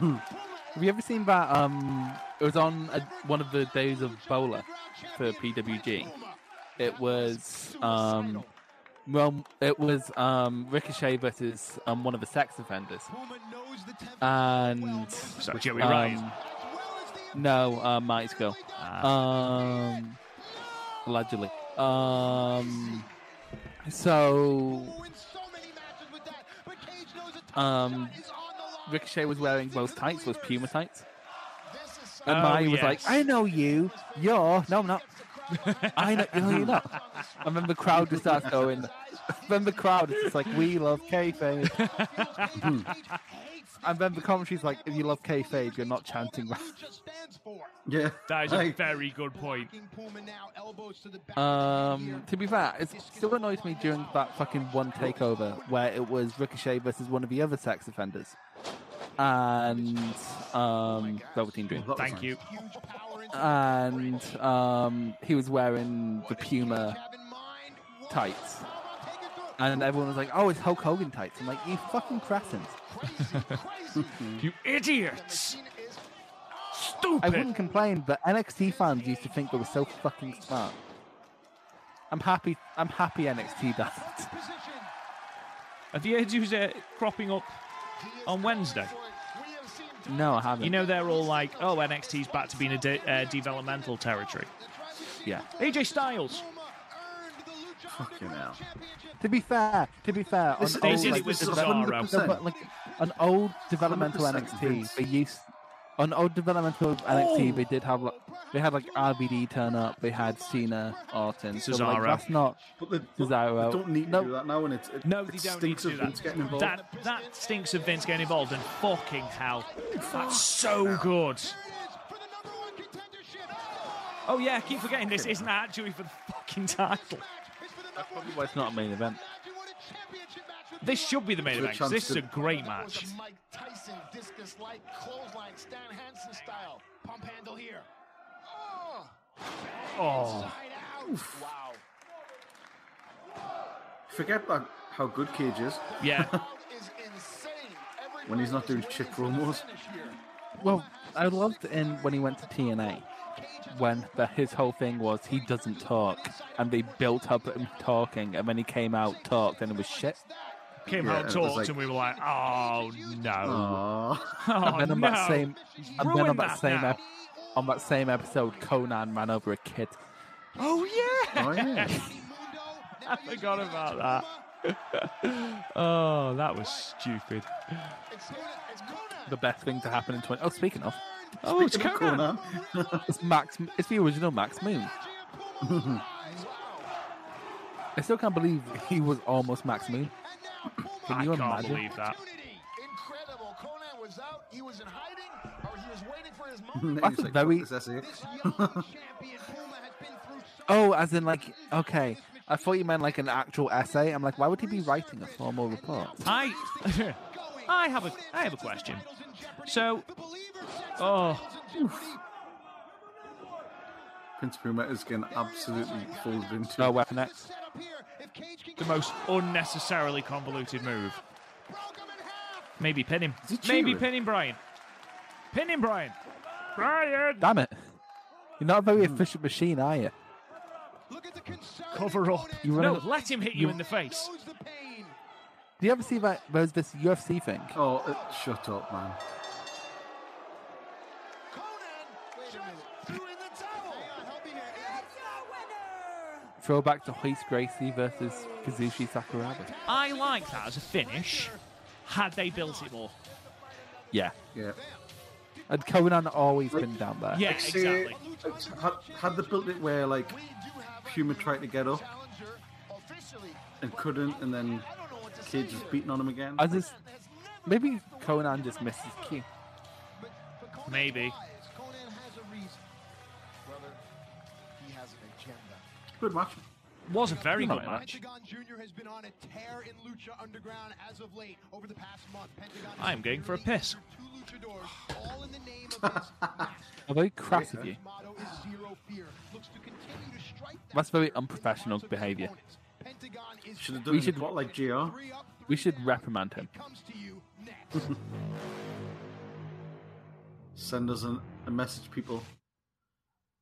B: Have you ever seen that? Um, it was on a, one of the days of Bowler for PWG. It was um, well, it was um, Ricochet versus um, one of the sex offenders, and
A: So Joey Ryan.
B: um, no, uh, Marty's girl, um, allegedly. Um, so um, Ricochet was wearing both tights, was Puma tights. And
A: Oh,
B: Mai was like,
A: yes.
B: I know you. You're. No, I'm not. I know, you know you're not. And then the crowd just starts going. then the crowd is just like, We love kayfabe. Hmm. and then the commentary's like, If you love kayfabe, you're not chanting that.
C: Yeah.
A: That is a
C: Like,
A: very good point.
B: Um, to be fair, it still annoys me during that fucking one takeover where it was Ricochet versus one of the other sex offenders and um, Velveteen Dream.
C: that was
A: Thank
C: nice.
A: you.
B: And um, he was wearing the Puma tights. And everyone was like, "Oh, it's Hulk Hogan tights." I'm like, "You fucking cretins."
A: you idiots! Stupid!
B: I wouldn't complain, but NXT fans used to think they were so fucking smart. I'm happy. I'm happy NXT does it.
A: Have you heard who's uh, cropping up on Wednesday?
B: No, I haven't.
A: You know they're all like, "Oh, NXT's back to being a de- uh, developmental territory."
B: yeah.
A: AJ Styles.
C: Fucking hell.
B: To be fair, to be fair,
C: This-
B: on
A: They
B: old,
A: did
B: like,
A: it with
C: this is
A: Cesaro.
C: 100%.
B: No, but like an old developmental
C: 100%
B: NXT,
C: Vince.
B: they used on old developmental NXT, they did have like they had like RBD turn up, they had Cena, Orton, So, like,
A: Cesaro.
B: that's not
C: But they, but
B: Cesaro.
C: they don't need
B: No.
C: to do that now, and it's it,
A: No,
C: it
A: they don't need
C: stinks
A: to do
C: of
A: that.
C: Vince getting involved.
A: That that stinks of Vince getting involved, and fucking hell, that's so good. Oh yeah, I keep forgetting this isn't actually for the fucking title.
B: well, it's not a main event.
A: This should be the main
C: Good
A: event. 'cause
C: chance
A: This is
C: to-
A: a great match.
F: Mike Tyson discus like clothesline, Stan Hansen style. Pump handle here. Oh,
A: Oh,
F: side out. Wow.
C: Forget that how good Cage is.
A: yeah.
F: Crowd is insane. Everybody
C: When he's not
F: is
C: doing
F: waiting
C: shit
F: for the
C: promos.
F: finish here.
B: Well, I loved in when he went to TNA, when the, his whole thing was he doesn't talk, and they built up him talking, and when he came out talked, and it was shit.
A: Came
C: Yeah,
A: out
C: it was
A: talked,
C: like-
A: and we were like, "Oh no,
C: Aw.
A: oh,
B: and then on
A: no.
B: that same, and then on
A: Ruined
B: that,
A: that
B: same,
A: now.
B: ep- on that same episode, Conan ran over a kid.
A: oh yeah,
C: Oh, yeah.
A: I forgot about that. oh, that was stupid.
B: The best thing to happen in 20. oh, speaking of,
A: Oh, it's Conan.
C: Conan.
B: it's Max. It's the original Max Moon. I still can't believe he was almost Max Moon. Can
A: I
B: you
A: can't
B: imagine?
A: believe that.
F: Incredible. Conan was out. He was in hiding, or he was waiting for his
C: And
F: moment.
C: then
B: That's
C: he's
B: a
C: like,
B: very-
C: "Fuck this
F: This
C: essay."
F: young champion Puma has been through so
B: Oh, as in like okay. I thought you meant like an actual essay. I'm like, why would he be writing a formal report?
A: I, I have a, I have a question. So, oh,
C: Prince Puma is getting absolutely folded into.
B: No weapon X.
A: the most unnecessarily convoluted move. Maybe pin him.
C: Is he
A: Maybe
C: cheating?
A: pin him, Brian. Pin him, Brian. Brian,
B: Damn it! You're not a very
A: Hmm.
B: efficient machine, are you?
A: cover up.
B: You
A: no,
B: run a-
A: let him hit you in the face.
B: Do you ever see that? There's this UFC thing.
C: Oh, uh, shut up, man.
I: It's your winner!
B: Throwback to Hoist Gracie versus Kazushi Sakuraba.
A: I like that as a finish. Had they built it more?
B: Yeah.
C: Yeah.
B: And Conan always been down there.
A: Yeah,
C: Say,
A: exactly.
C: it's- uh, had, had they built it where like Puma tried to get up and couldn't, and then Cage was beating on him again.
B: I just maybe Conan just missed his cue.
A: Maybe.
C: Good match.
A: Was a very good
B: Alright,
A: match.
J: Pentagon Jr. has been on a tear in Lucha Underground as of late. Over the past month, Pentagon
A: I am going for a piss.
J: Two luchadors, all in the name of his master.
B: How very crass of you.
J: His motto is zero fear. Looks to continue to strike that
B: That's very
J: fear in the
B: unprofessional
J: hearts of his
B: behaviour.
J: opponents. Pentagon is
C: Should have
B: We
C: done
B: should-
C: should... what like Jr.
J: three up,
B: We
J: three
B: should
J: down.
B: reprimand him.
J: Comes to you next.
C: Send us an, a message, people.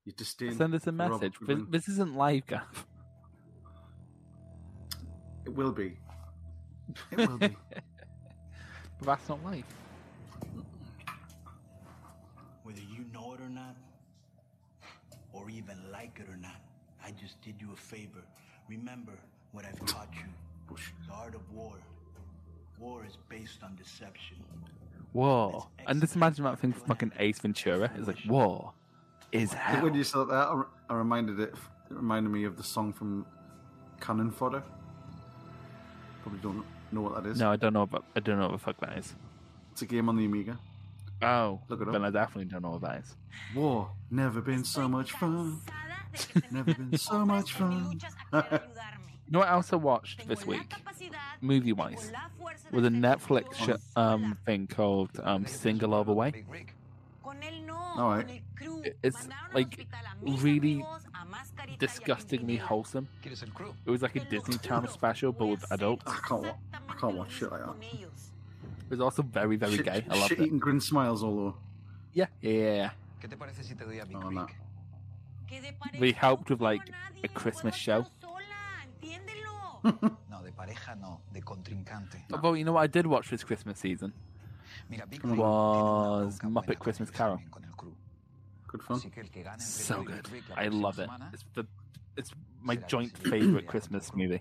C: You disdain.
B: Send us a
C: Robert
B: message. This,
C: Goodwin.
B: this isn't live, Gav.
C: It will be. It will be.
B: But that's not live.
D: Whether you know it or not, or even like it or not, I just did you a favor. Remember what I've taught you the art of war. War is based on deception.
B: War. And just imagine that thing from fucking Ace Ventura. It's like war is hell.
C: when you said that, I, re- I reminded it. It reminded me of the song from Cannon Fodder. Probably don't know what that is.
B: No, I don't know about I don't know what the fuck that is.
C: It's a game on the Amiga.
B: Oh,
C: Look it up.
B: then I definitely don't know what that is.
C: War never been so much fun. Never been so much fun.
B: You know what else I watched this week, movie-wise, was a Netflix sh- um thing called um Single All the Way.
C: All right.
B: It's like really disgustingly wholesome. It was like a Disney Channel special, but with adults.
C: I can't, wa- I can't watch shit like that.
B: It was also very, very
C: shit,
B: gay. I loved it.
C: eating grin smiles all over.
B: Yeah, yeah, yeah.
C: Oh, no.
B: yeah. They helped with like a Christmas show.
D: No, de pareja no, de contrincante.
B: Although you know what I did watch this Christmas season
D: Mira, Big Rick
B: was Muppet Christmas Carol.
D: con el crew.
C: Good fun.
D: Así que el que gane entre
B: So
D: Big
B: good.
D: Rick la
B: I
D: próxima
B: love it.
C: eh?
D: semana
B: It's the it's my joint favorite Christmas movie.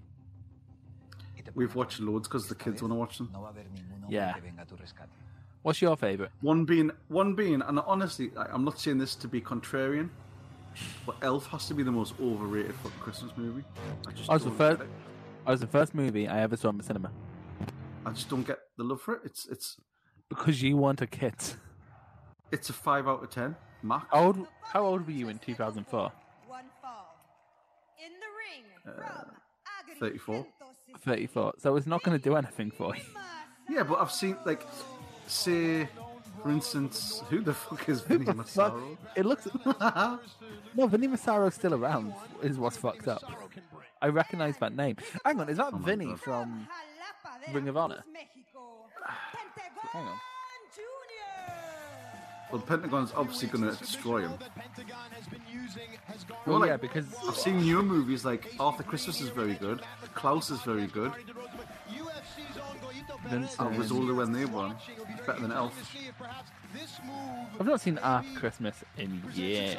D: y te
C: We've
D: pongo-
C: watched loads because the kids want to watch them.
D: No va a haber ninguno
B: Yeah.
D: que venga a tu rescate.
B: What's your favorite?
C: One being, one being, and honestly, like, I'm not saying this to be contrarian, but Elf has to be the most overrated fucking Christmas movie. I just
B: Oh, it's the
C: don't
B: first-
C: get it.
B: It was Oh, the first movie I ever saw in the cinema
C: I just don't get the love for it. It's it's
B: because you weren't a kid.
C: it's a five out of ten max.
B: How old? How old were you in 2004?
I: One fall. In the ring from Agri
C: 34.
I: Santos'
B: 34. So it's not going to do anything for you.
C: Yeah, but I've seen like, say, for instance, who the fuck is Vinny
B: But
C: Massaro?
B: it looks. no, Vinny Massaro's still around. Is what's fucked up. I recognise that name. Hang on, is that Vinny
C: Oh God.
I: Um,
B: from?
I: Jalapa de
B: Ring of
I: Veracruz,
B: Honor.
I: Mexico. Pentagon
B: Hang on.
I: Junior.
C: Well, the Pentagon's obviously going to destroy him.
B: Well,
C: Well,
B: yeah,
C: like-
B: because
C: I've seen newer movies like Arthur Christmas is very good, Klaus is very good.
B: Vincent.
C: I was older when they won. It's better than Elf.
B: I've not seen ah, After Christmas in years.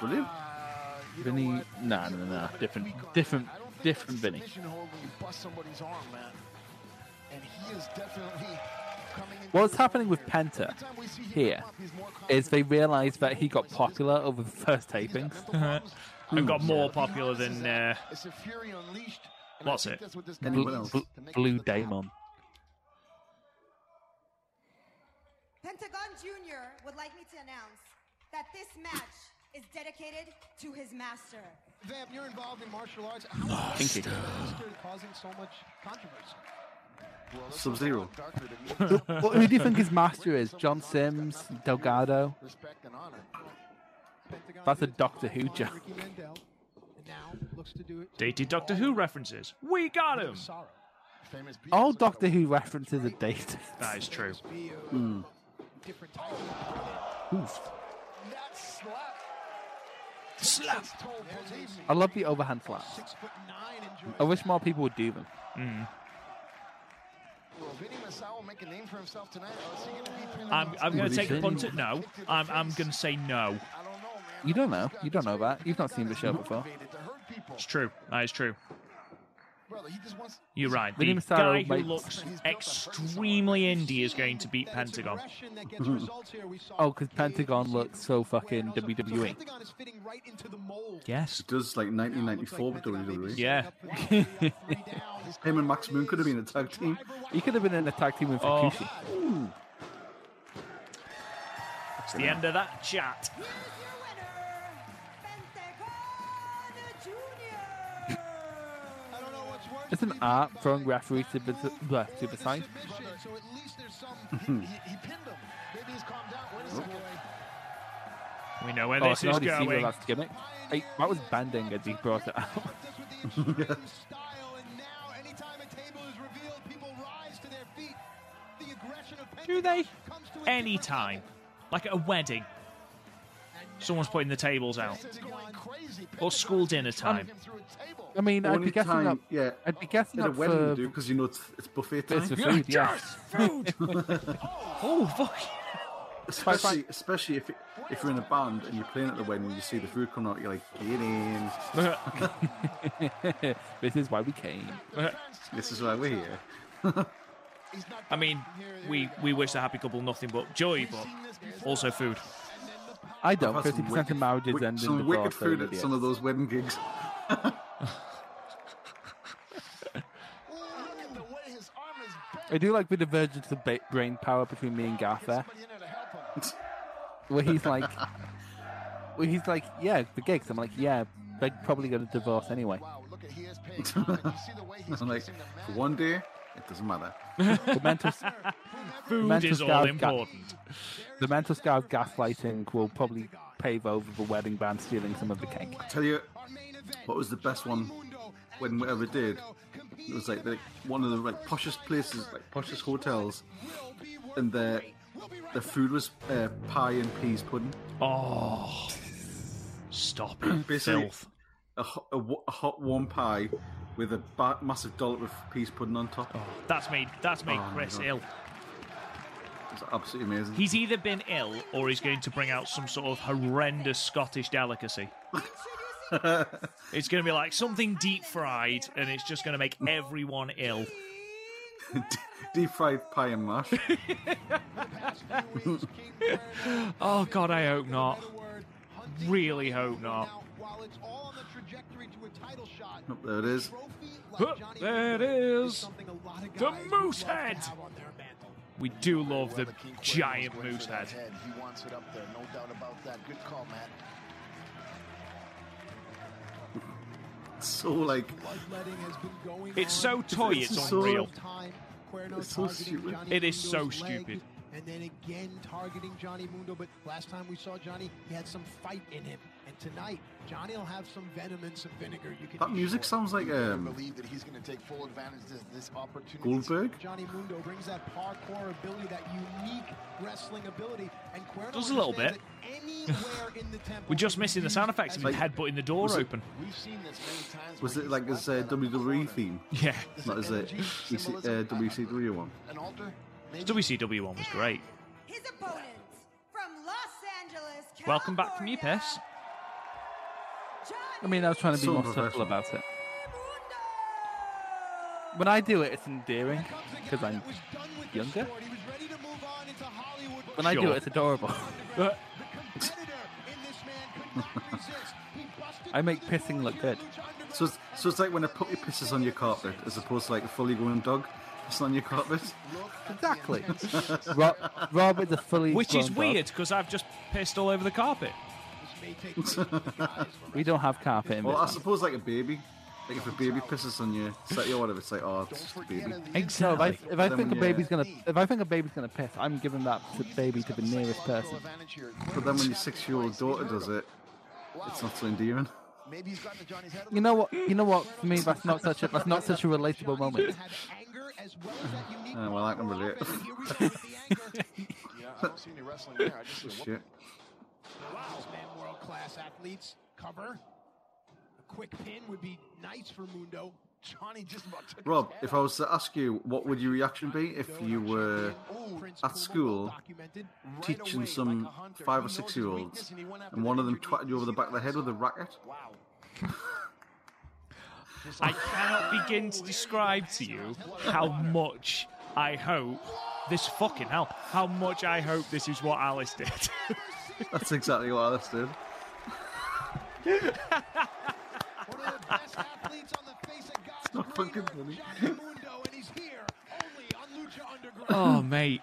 C: Brilliant.
B: Uh, Vinny, no, no, no, different, different, different Vinny. What's happening with Penta here is they realised that he got popular over the first tapings.
A: and got more popular than uh, what's it?
C: Anyone
B: Bl-
C: else?
B: Bl- Blue Damon.
I: Pentagon Jr. would like me to announce that this match is dedicated to his master.
J: Vamp, you're involved in martial arts. How is
B: Pinky.
J: that scared of causing so much controversy?
C: Sub-Zero.
B: Well, who do you think his master is? John Sims, Delgado.
J: Respect and honor. Pentagon
B: That's a
J: did it to
B: Doctor Who
J: Mike Tyson,
B: joke.
J: Ricky Mandel, and now looks to do it to
A: Dated Doctor Who references. We got him.
J: Sorrow. Famous Beatles
B: All
J: like the
B: Doctor Who references are dated.
A: That is true.
J: be a different type of That slap.
A: Slap.
J: is told, believe me.
B: I love the overhand slaps.
J: Six foot nine enjoys
B: I wish more people would do them.
J: Will Vinny Masao make a name for himself tonight? Or is he gonna be pinned
A: I'm,
J: on
A: I'm going to
B: What do you
A: take a
B: think?
A: punt at no. I'm, I'm going to say no.
J: I don't know, man.
B: You don't know. You don't know that. You've not seen the show before.
J: Motivated to hurt people.
A: It's true. That is true.
J: Brother, he just wants
A: You're right. The
B: Vinny Massaro
A: guy who
B: makes-
A: looks extremely indie is going to beat Pentagon.
B: Mm-hmm. Oh, 'cause Pentagon looks so fucking E. WWE.
A: Yes.
C: It does like 1994 with WWE.
A: Yeah.
J: Him
C: and Max Moon could have been a tag team.
B: He could have been in a tag team with
A: Oh.
B: Fukushi.
A: It's the end of that chat.
I: Here's your winner, Pentagon Jr.
B: It's an art throwing referees to the uh, to the side. Mm-hmm.
J: So at least there's some. He, he, he pinned him. Maybe he's calmed down. Wait a second.
A: We know where
B: Oh, I
A: this
B: can
A: is
B: already see where
A: going.
B: that's gimmick. Hey, that was banding as he brought it out.
J: Does with the extreme style, and now anytime a table is revealed, people rise to their feet. The aggression of
A: Do they?
J: Pentagon comes to a
A: Anytime. Like at a wedding. Someone's putting the tables out.
J: different- Pentagon crazy.
A: Or school
B: Um,
A: dinner
J: Pentagon
A: time.
J: him through a table.
B: I mean, I'd
C: Only
B: be guessing
C: time,
B: up.
C: yeah.
B: I'd be guessing
C: At a
B: up
C: wedding,
B: for
C: do because you know it's, it's buffet time.
B: bits of food. Yeah.
A: food. oh fuck!
C: Especially, especially if if you're in a band and you're playing at the wedding and you see the food coming out, you're like, get in.
B: this is why we came.
C: This is why we're here.
J: He's not
A: I mean, we we wish the happy couple nothing but joy, but also food.
B: I don't.
C: I've had
B: Fifty
C: some
B: percent of
C: wicked-
B: marriages
C: wick-
B: end in
C: some wicked
B: divorce. so
C: food at
B: idiots.
C: some of those wedding gigs.
J: Look at the way his arm is bent.
B: I do like the divergence of ba- brain power between me and Garth there,
J: Somebody in there to help him.
B: where he's like, where he's like, yeah, the gigs. I'm like, yeah, they're probably going to divorce anyway.
J: Wow, look at he is paying homage. You see the way he's
C: I'm like,
J: kissing the
C: for
J: man.
C: one day, it doesn't matter.
B: The mental,
A: Food
B: Mental
A: is all
B: scout-
A: important.
B: the mental scout gaslighting will probably cave over the wedding band stealing some of the cake.
C: tell you what was the best one when we ever did. It was like the, one of the like poshest places, like poshest hotels, and the the food was uh, pie and peas pudding.
A: Oh, stop it,
C: Basically,
A: filth.
C: A, ho- a, wa- a hot warm pie with a ba- massive dollop of peas pudding on
B: Oh.
C: top.
A: That's made that's made
C: Oh, my
A: Chris
C: God.
A: ill.
C: It's absolutely amazing.
A: He's either been ill or he's going to bring out some sort of horrendous Scottish delicacy. it's going to be like something deep fried, and it's just going to make everyone ill.
C: Deep fried pie and mash.
A: oh God, I hope not. Really hope not.
C: Oh, there it is.
A: Huh, There it is. The moose head. We do love the giant moose head.
G: Head, he wants it up there, no doubt about that. Good call, Matt.
C: So like
A: It's so toy, it's,
C: It's so-
A: unreal.
C: it's so stupid.
A: It is so stupid.
J: And then again targeting Johnny Mundo, but last time we saw Johnny, he had some fight in him. And tonight, Johnny will have some venom and some vinegar. You can
C: That music sounds like um,
G: Believe that he's going to take full advantage of this, this opportunity.
C: Goldberg.
J: Johnny Mundo brings that parkour ability, that unique wrestling ability, and Cuerno
A: Does a little bit.
J: understands that anywhere in the temple
A: We're just missing the sound effects of his head butting the door
C: was it-
A: open.
G: We've seen this many times.
C: Was
G: where
C: it
G: he's
C: like his uh,
G: left that up-
C: WWE theme?
A: Yeah.
C: Not his
B: E
C: uh, EC, uh, WCW one.
G: An altar?
A: His WCW one was great.
I: His opponent from Los Angeles,
A: Welcome back from your piss.
B: I mean, I was trying to be
C: So
B: more subtle
C: professional.
B: about it. When I do it, it's endearing because I'm younger. When I do
A: Sure.
B: it, it's adorable.
A: Uh,
B: I make pissing look good.
C: So it's, so it's like when a puppy pisses on your carpet, as opposed to like a fully grown dog pissing on your carpet.
B: Exactly. Rob, Rob is a fully
A: which is
B: grown dog.
A: weird because I've just pissed all over the carpet.
B: We don't have carpet in
C: Well, I
B: this.
C: suppose like a baby. Like if a baby pisses on your set or whatever, it's like oh, it's just a baby.
B: No, if I,
A: Exactly. uh,
B: if I
C: Then
B: think a
C: when you-
B: baby's gonna if I think a baby's gonna piss, I'm giving that to baby to the nearest person.
C: But then when your six-year-old daughter does it, it's not so endearing.
G: Maybe he's gotten to Johnny's head. a
B: You know what? You know what? For me, that's not such a that's not such a relatable moment.
C: Uh, well, I can relate.
G: little- Yeah, I don't see any wrestling there. I just see a whoop.
C: Shit.
J: world class athletes cover. A quick pin would be nice for Mundo.
G: Johnny just about took
C: Rob, if I was to ask you, what would your reaction be if you were at school teaching some five or six-year-olds, and one of them twatted you over the back of the head with a racket?
A: I cannot begin to describe to you how much I hope this fucking hell, how much I hope this is what Alice did.
C: That's exactly what Alice did.
J: One of the best athletes on the face of God's
C: Not fucking funny.
J: Johnny Mundo, and he's here only on Lucha Underground.
A: oh, mate.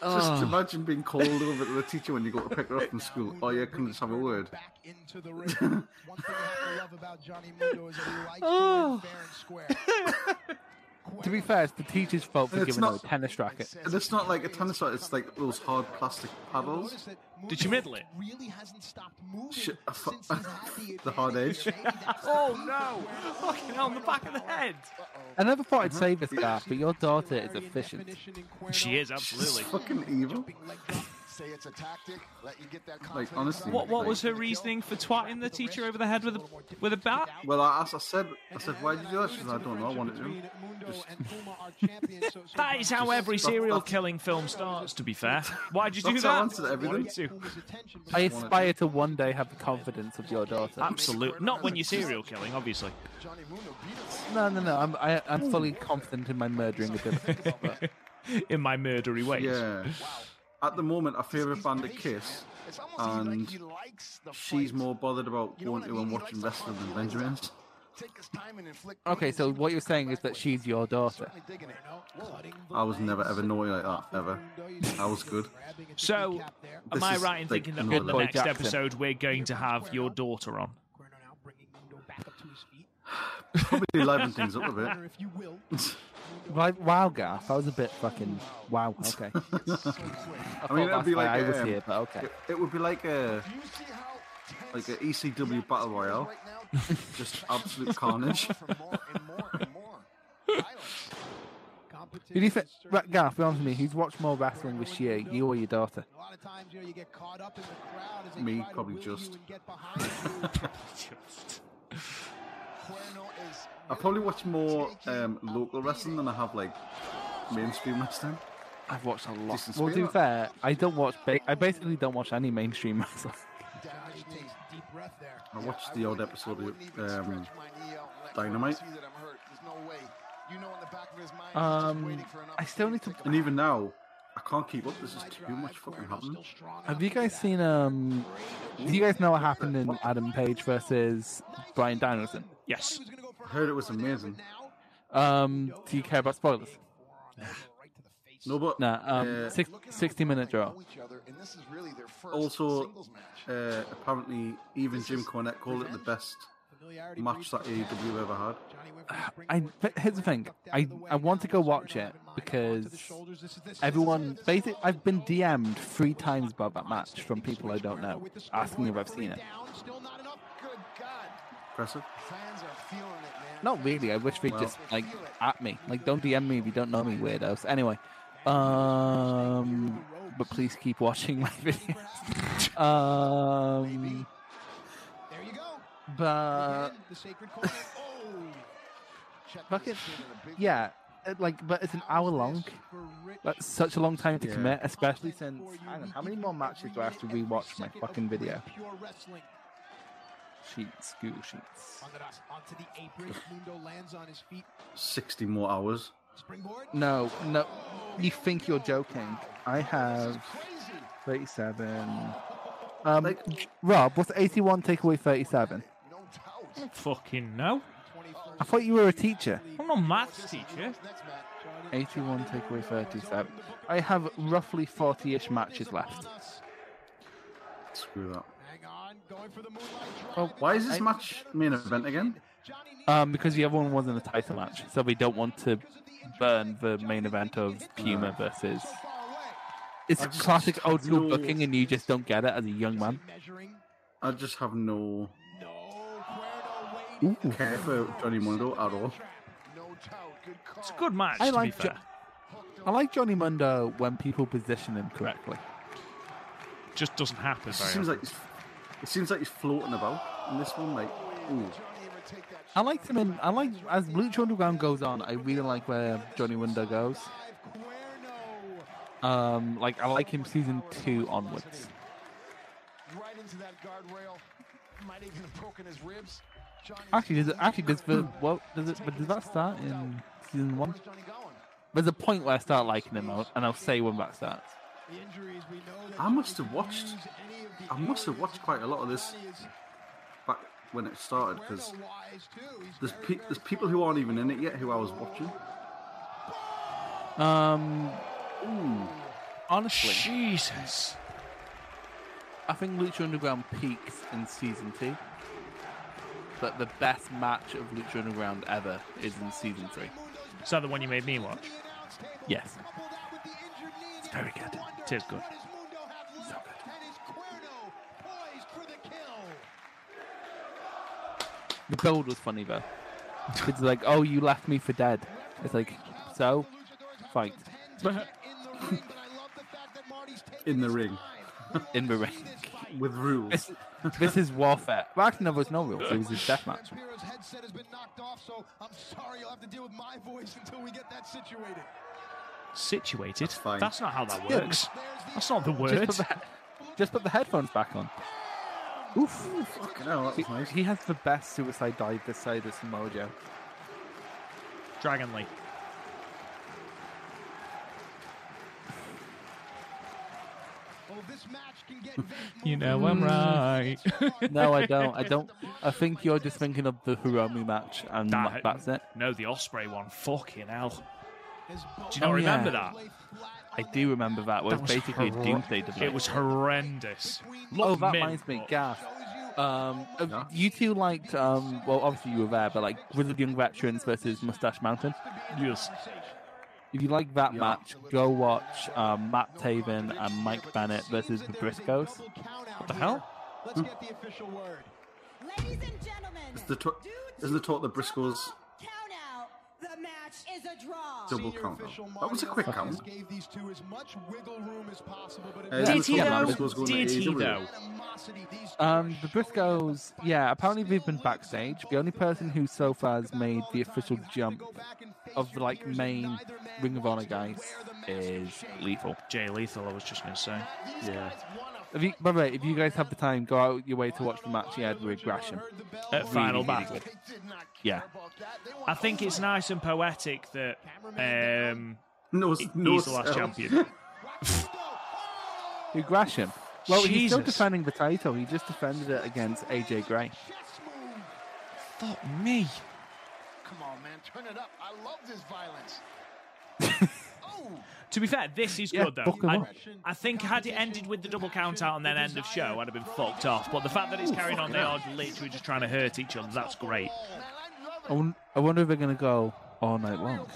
A: Oh.
C: Just imagine being called over to the teacher when you go to pick her up from school. Oh yeah, can we just have a word?
J: Back into the ring. One thing I have to love about Johnny Mundo is that he likes to win fair and square.
B: To be fair, it's the teacher's fault for
C: It's
B: giving
C: not-
B: her a tennis racket.
C: And it's not like a tennis racket; it's like those hard plastic paddles.
J: Notice that
A: Did you middle it?
J: really hasn't stopped moving
C: Shit, I fu-
J: since he's had the
C: the hard edge.
A: Oh, no. Fucking hell, on the back of the head.
B: I never thought I'd say this, Garth, but your daughter is efficient.
A: She is,
C: It's
A: absolutely.
C: fucking evil.
G: Say it's a tactic. Let you get that
C: Like
G: confidence.
C: honestly.
A: What, what
C: like-
A: was her reasoning for twatting the teacher over the head with a, with a bat?
C: Well, I, asked- I said, I said, why did you do that? She said, I don't know. I wanted to.
A: That is how every serial killing film starts, to be fair. Why'd you do
C: That's
A: that?
C: our answer to everything.
A: Why'd you?
B: I aspire to one day have the confidence of your daughter.
A: Absolute. Not when you're serial killing, obviously.
G: Johnny Mundo beat us.
B: No, no, no. I'm I, I'm fully confident in my murdering ability.
A: In my murdery ways.
C: Yeah. At the moment, our favorite band is Kiss,
G: It's almost
C: and
G: like he likes the
C: she's
G: fight.
C: more bothered about going to and watching wrestling than Benjamin's.
G: Take his time and inflict
B: Okay, so what you're saying is that she's your daughter.
G: certainly digging it.
C: I was never ever naughty like that ever. I was good.
A: So, am
C: This
A: I
C: is
A: right in
C: like
A: thinking that on
C: another-
A: the
B: Boy
A: next
B: Jackson.
A: episode we're going to have your daughter on?
C: Probably liven things up a bit.
J: If you will,
B: Like, wow, Garth, I was a bit fucking wow. Okay. I, thought
C: mean, it'd
B: that's
C: be
B: why
C: like,
B: I was
C: um,
B: here, but okay.
C: It, it would be like a
G: You see how
C: like an ECW battle royale, just absolute carnage.
B: Who do you think? Right, Garth, be honest with me. Who's watched more wrestling this year, you or your daughter?
C: Me probably just. I probably watch more um, local wrestling than I have like mainstream wrestling.
B: I've watched a lot.
C: Jason
B: Well, to be
C: Spear.
B: fair, I don't watch. Ba- I basically don't watch any mainstream wrestling.
C: I watched the odd episode of um, Dynamite,
B: Um, I still need to.
C: and even now, I can't keep up. There's just too much fucking happening.
B: Have you guys seen? Um, do you guys know what happened in Adam Page versus Brian Danielson?
A: Yes.
C: I heard it was amazing.
B: Um, do you care about spoilers?
C: No, but
B: Nah. Um,
C: uh,
B: six, 60 minute draw.
C: also, uh, apparently, even Jim Cornette called it the best match that AEW ever had.
B: I but here's the thing. I I want to go watch it because everyone basic. I've been DM'd three times about that match from people I don't know, asking if I've seen it.
C: Impressive.
B: Not really. I wish they would
C: Well-
B: just like at me. Like, don't DM me if you don't know me, weirdos. Anyway, um, but please keep watching my videos. um,
J: There you go.
B: but Uh,
J: Again, the sacred corner. Oh. Check
B: fucking
J: this in and a big
B: yeah. it, Like, but it's an hour long. That's such a long time to
C: Yeah.
B: commit, especially since. Hang on, how many more matches do I have to rewatch my fucking video?
J: pure wrestling.
B: Sheets, Google Sheets.
J: Banderas onto the apron. Mundo lands on his feet.
C: Sixty more hours.
J: Springboard.
B: No, no. You think you're joking? I have thirty-seven. Um, Rob, what's eighty-one take away thirty-seven?
A: I don't fucking know.
B: I thought you were a teacher.
A: I'm not a maths teacher.
B: Eighty-one take away thirty-seven. I have roughly forty-ish matches left.
C: Screw that. Oh,
J: Hang on. Going for the moonlight.
B: Well,
C: Why is this match main event again?
B: Um, because the other one wasn't a title match, so we don't want to burn the main event of Puma versus. It's
C: I just-
B: classic old school
C: no.
B: booking, and you just don't get it as a young man.
C: I just have no
B: Ooh.
C: care for Johnny Mundo at all.
A: It's a good match.
B: I
A: to
B: like
A: be fair.
B: Jo- I like Johnny Mundo when people position him correctly.
A: Just doesn't happen.
C: It
A: Very
C: seems
A: often.
C: like he's, it seems like he's floating about in this one. Like, ooh,
B: I liked him in. I like as Lucha Underground goes on. I really like where Johnny Mundo goes. Um, like I like him season two onwards.
F: Right into that guardrail. Might even have broken his ribs. Johnny
B: Actually, does it? Actually, does the well? Does it? But does that start in season one? There's a point where I start liking him, I'll- and I'll say when that starts.
J: Injuries. We know that
C: I must have watched. I must have watched quite a lot of this back when it started because
J: wise too. He's
C: there's pe- there's people who aren't even in it yet who I was watching.
B: Um,
C: Ooh,
B: honestly,
A: Jesus.
B: I think Lucha Underground peaks in season two, but the best match of Lucha Underground ever is in season three.
A: Is that the one you made me watch?
B: Yes, it's very good.
A: It is good.
B: The build was funny though. It's like, oh, you left me for dead. It's like, so fight
C: in the ring
B: in the ring.
C: with rules.
B: This, this is warfare. Well, actually, no, there's no rules. It was a death match.
J: Vampiro's headset has been knocked off, so I'm sorry you'll have to deal with my voice until we get that situated.
A: Situated.
C: fine.
A: That's not how that
B: Yeah.
A: works. That's not the
B: Just
A: word.
B: put the, he- just put the headphones back on. Oof.
C: Fucking hell, that
B: He,
C: was nice.
B: he has the best suicide dive this side of Samoa Joe.
A: Dragon Lee.
J: Oh, this match can get
A: You know I'm right.
B: No, I don't. I don't. I think you're just thinking of the Hiromu match, and
A: That-
B: that's it.
A: No, the Osprey one. Fucking hell.
J: his
A: Do you not
B: Oh, yeah.
A: remember that?
B: I do remember that was,
A: That was
B: basically
A: horri-
B: a doomsday device.
A: It was horrendous.
B: oh,
A: Lot
B: that
A: mint,
B: reminds me,
A: but-
B: Gaff. Um, uh, you two liked. Um, well, obviously you were there, but like Grizzled Young Veterans versus Mustache Mountain.
A: Yes.
B: If you like that match, go watch um, Matt Taven and Mike Bennett versus the Briscoes.
A: What the hell?
J: Let's get the official word.
I: Ladies and gentlemen,
C: It's the tw- isn't the talk that Briscoe's
I: count out. The match is a draw.
C: double count? out? That was a quick count.
J: Gave these two as much wiggle room as possible, but it
C: Uh, Did he though? Did he though?
B: Um, the Briscoes, yeah, apparently they've been backstage. The only person who so far has made the official jump of the like main Ring of Honor guys is Lethal.
A: Jay Lethal, I was just going to say.
B: Yeah. If you, by the way, if you guys have the time, go out your way to watch the match he had with Gresham.
A: At Final
B: Really, really
A: Battle.
B: good. Yeah.
A: I think it's nice and poetic that um,
C: no,
A: he's
C: no
A: the last
C: sell.
A: champion.
B: Who Gresham? Well, he's still
A: Jesus.
B: defending the title. He just defended it against AJ Gray.
A: Fuck me.
F: Come on, man, turn it up. I love this violence.
A: To be fair, this is
B: Yeah,
A: good though.
B: book 'em
A: I,
B: up.
A: I think had it ended with the double count out and then end of show, I'd have been fucked off. But the fact that it's
B: Ooh,
A: carrying on,
B: fucking
A: they
B: hell.
A: are literally just trying to hurt each other. That's great.
J: Oh.
B: I won- I wonder if they're going to go all night long.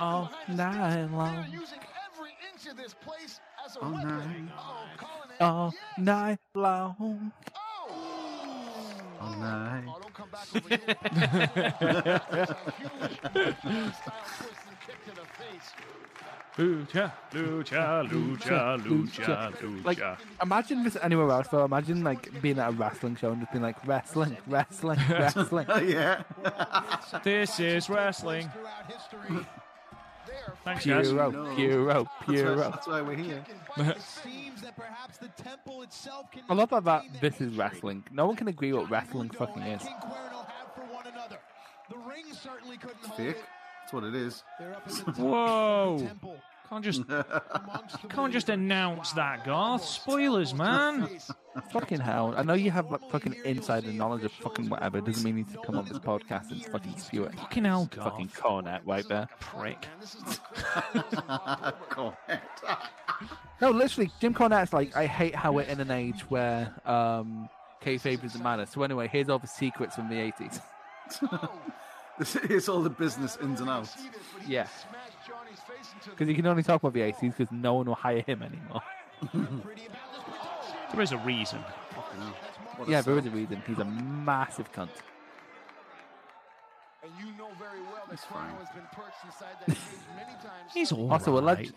B: All night long.
F: Using every inch of this place as a
B: All
F: weapon.
B: night.
F: Oh, calling it.
B: All night long.
C: All night.
F: Oh, don't come back over here. That's a huge Mike style twist and kick to the face.
A: Lucha, lucha, lucha, lucha,
B: Like,
A: lucha.
B: imagine this anywhere else, though. Imagine, like, being at a wrestling show and just being like, wrestling, wrestling, wrestling.
C: yeah.
A: This is wrestling. Thanks, guys.
B: Puro,
C: No.
B: puro,
C: That's why,
B: puro.
C: that's why we're here.
J: It seems that perhaps the temple itself can
B: I love that, that this is wrestling. No one can agree what wrestling fucking
J: and
B: is.
J: King Cuerno have for one another. The ring certainly couldn't hold
C: Fake.
J: it.
C: That's what it is.
J: They're up at the top of the
A: Whoa!
J: temple
A: Can't just
J: amongst the
A: can't just
J: believers.
A: announce that, Garth. Spoilers, man.
B: Fucking hell. I know you have, like, fucking insider knowledge of fucking whatever. Doesn't mean you need to come on this podcast and fucking spew it.
A: Fucking hell, Garth.
B: Fucking cornet right there.
A: prick.
C: Correct.
B: No, literally, Jim Cornette's like, I hate how we're in an age where um, kayfabe doesn't matter. So anyway, here's all the secrets from the 80s.
C: This is all the business ins and outs.
B: Yeah. Because you can only talk about the 80s because no one will hire him anymore.
A: There is a reason.
C: Fucking hell. What a
B: Yeah,
C: sell.
B: there is a reason. He's a massive cunt.
F: And you know very well that Cuerno has been perched inside that cage many times.
A: He's all
B: Also,
A: right.
B: alleged,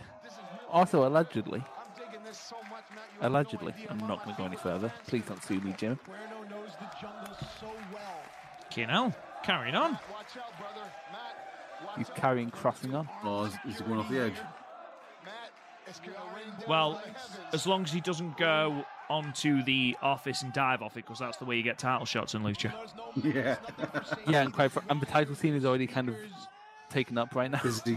B: also allegedly,
F: I'm digging this so much, Matt. You have no
B: allegedly,
F: idea
B: I'm
F: how
B: not going
F: much
B: to go any
F: I
B: further.
F: fans
B: Please don't sue me, Jim.
J: Cuerno knows the jungle so well.
A: Fucking hell. Carrying on.
F: Watch out, brother. Matt, watch
B: He's
F: out.
B: carrying crossing on.
C: Oh, he's- he's going off the edge.
F: Matt, it's going to rain down
A: Well,
F: from the heavens.
A: as long as he doesn't go onto the office and dive off it, because that's the way you get title shots in Lucha.
J: There's no
C: Yeah.
B: Yeah, and quite. fr- and the title scene is already kind of taken up right now.
A: Yeah.
J: You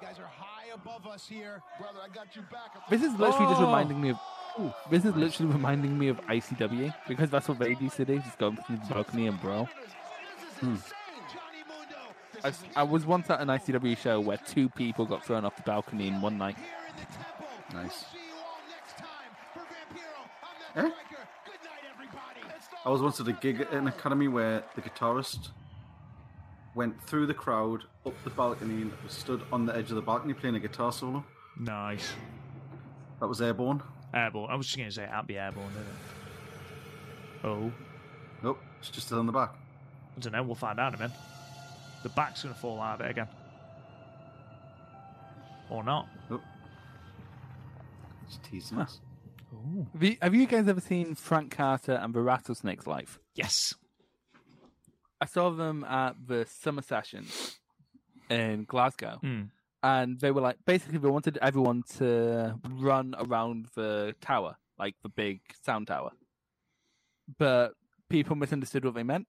J: guys are high above us here.
F: brother, I got you back.
B: This is literally just
A: Oh.
B: reminding me of. Ooh, this is literally reminding me of ICW E, because that's what they used to do. Just go through the balcony and brawl.
J: Hmm. Johnny Mundo
B: I, s- I was once at an ICW show where two people got thrown off the balcony in one night.
J: here in the temple.
C: Nice.
J: We'll see you all next time for Vampiro. I'm Matt
C: Eh?
J: Stryker. Good night, everybody.
C: I was once at a gig at an academy where the guitarist went through the crowd, up the balcony, and stood on the edge of the balcony playing a guitar solo.
A: Nice.
C: That was airborne.
A: Airborne. I was just going to say, I'd be airborne, didn't I? Oh.
C: Nope, it's just still in the back.
A: I don't know. We'll find out in a minute. The back's going to fall out of it again. Or not.
C: Nope. It's Oh. teasing us.
B: Have you, have you guys ever seen Frank Carter and the Rattlesnakes live?
A: Yes.
B: I saw them at the summer session in Glasgow,
A: Hmm.
B: and they were like basically they wanted everyone to run around the tower, like the big sound tower, but people misunderstood what they meant,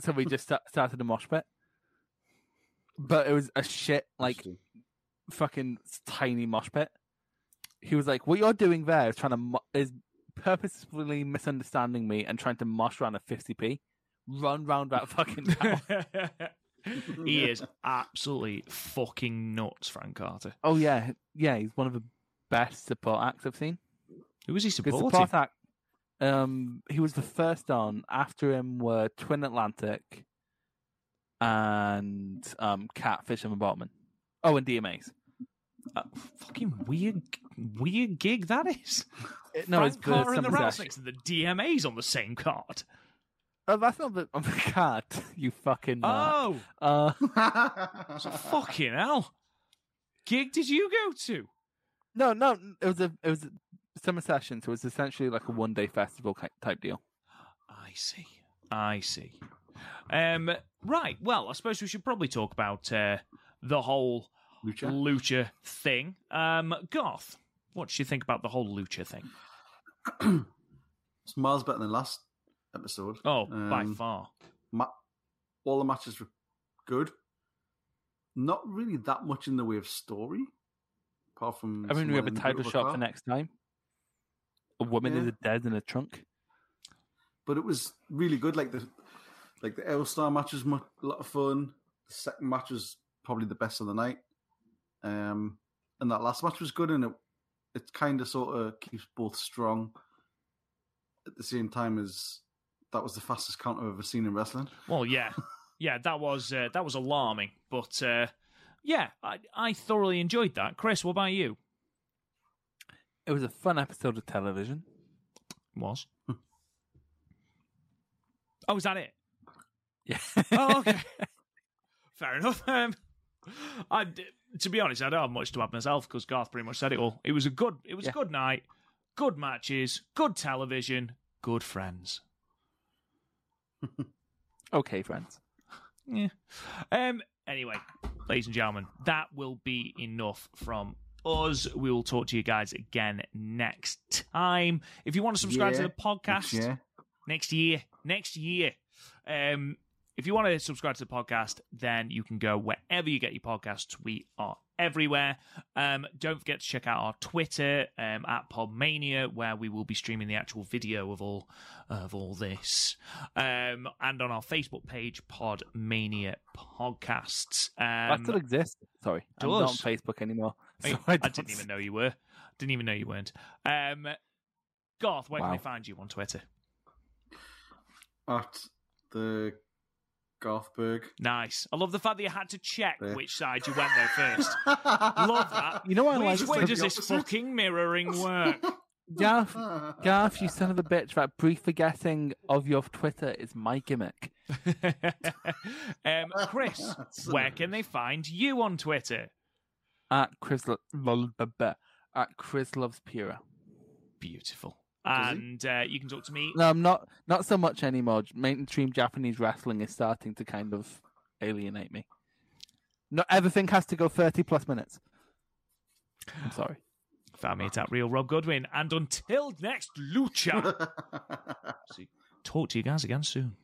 B: so we just sta- started a mosh pit. But it was a shit like
C: Interesting.
B: fucking tiny mosh pit. He was like, "What you're doing there is trying to mo- is purposefully misunderstanding me and trying to mosh around a 50p, run round that fucking tower."
A: he is absolutely fucking nuts, Frank Carter.
B: oh yeah, yeah, he's one of the best support acts I've seen.
A: Who is he
B: Because
A: supporting?
B: support act, um, he was the first on. After him were Twin Atlantic and um Catfish and the Botman. Oh, and DMAs.
A: Uh, fucking weird, weird gig that is.
B: It- no, it's
A: Frank Carter
B: the
A: and the
B: Samurai.
A: Rattlesnakes and the DMA's on the same card.
B: Oh, that's not the, on the card, you fucking.
A: Oh,
B: nut. Uh,
A: fucking hell! Gig did you go to?
B: no, no, it was a it was a summer session, so it was essentially like a one day festival ki- type deal.
A: I see. I see. Um, right. Well, I suppose we should probably talk about uh, the whole lucha. thing. Um, Garth, what do you think about the whole lucha thing?
C: It's miles better than last episode.
A: Oh, by
C: Um,
A: far.
C: ma- all the matches were good. Not really that much in the way of story, apart from.
B: I mean, we
C: someone
B: have a
C: in the
B: title
C: middle of
B: shot for
C: car.
B: next time. A woman is
C: Yeah.
B: a dead in a trunk.
C: But it was really good. Like the like the L Star match was mu- a lot of fun. The second match was probably the best of the night. Um, and that last match was good, and it it kind of sort of keeps both strong at the same time as that was the fastest count I've ever seen in wrestling.
A: Well, yeah, yeah. That was uh, that was alarming, but uh, yeah, I, I thoroughly enjoyed that. Chris, what about you?
B: It was a fun episode of television.
A: Was. Oh, is that it?
B: Yeah.
A: oh, okay. Fair enough. Um, I, d- to be honest, I don't have much to add myself because Garth pretty much said it all. It was a good, it was a good night, good matches, good television, good friends.
B: Okay, friends.
A: Yeah. Um. Anyway, ladies and gentlemen, that will be enough from us. We will talk to you guys again next time. If you want to subscribe to
C: Yeah,
A: the podcast, next
C: next year.
A: year, next year. Um, if you want to subscribe to the podcast, then you can go wherever you get your podcasts. We are everywhere. Um, don't forget to check out our Twitter um, at Podmania, where we will be streaming the actual video of all of all this, um, and on our Facebook page, Podmania Podcasts.
B: that
A: Um,
B: still exists. Sorry, I'm not on
A: does.
B: Facebook anymore.
A: I,
B: so
A: I
B: don't
A: didn't even know you were. Didn't even know you weren't. Um, Garth, where can
B: Wow.
A: they find you on Twitter?
C: At the Garthberg.
A: Nice. I love the fact that you had to check
C: Yeah.
A: which side you went though first. love that.
B: You know what I
A: Which
B: like?
A: way
B: It's
A: does
B: the
A: this fucking mirroring work?
B: Garth, Garth, you son of a bitch! That brief forgetting of your Twitter is my gimmick.
A: Um, Chris, where can they find you on Twitter?
B: At Chris, lo- lo- bu- bu- at Chris loves Pura.
A: Beautiful. And uh, you can talk to me.
B: No, I'm not not so much anymore. J- Mainstream Japanese wrestling is starting to kind of alienate me. Not everything has to go thirty plus minutes. I'm sorry.
A: Found me at real Rob Goodwin. And until next Lucha, See, talk to you guys again soon.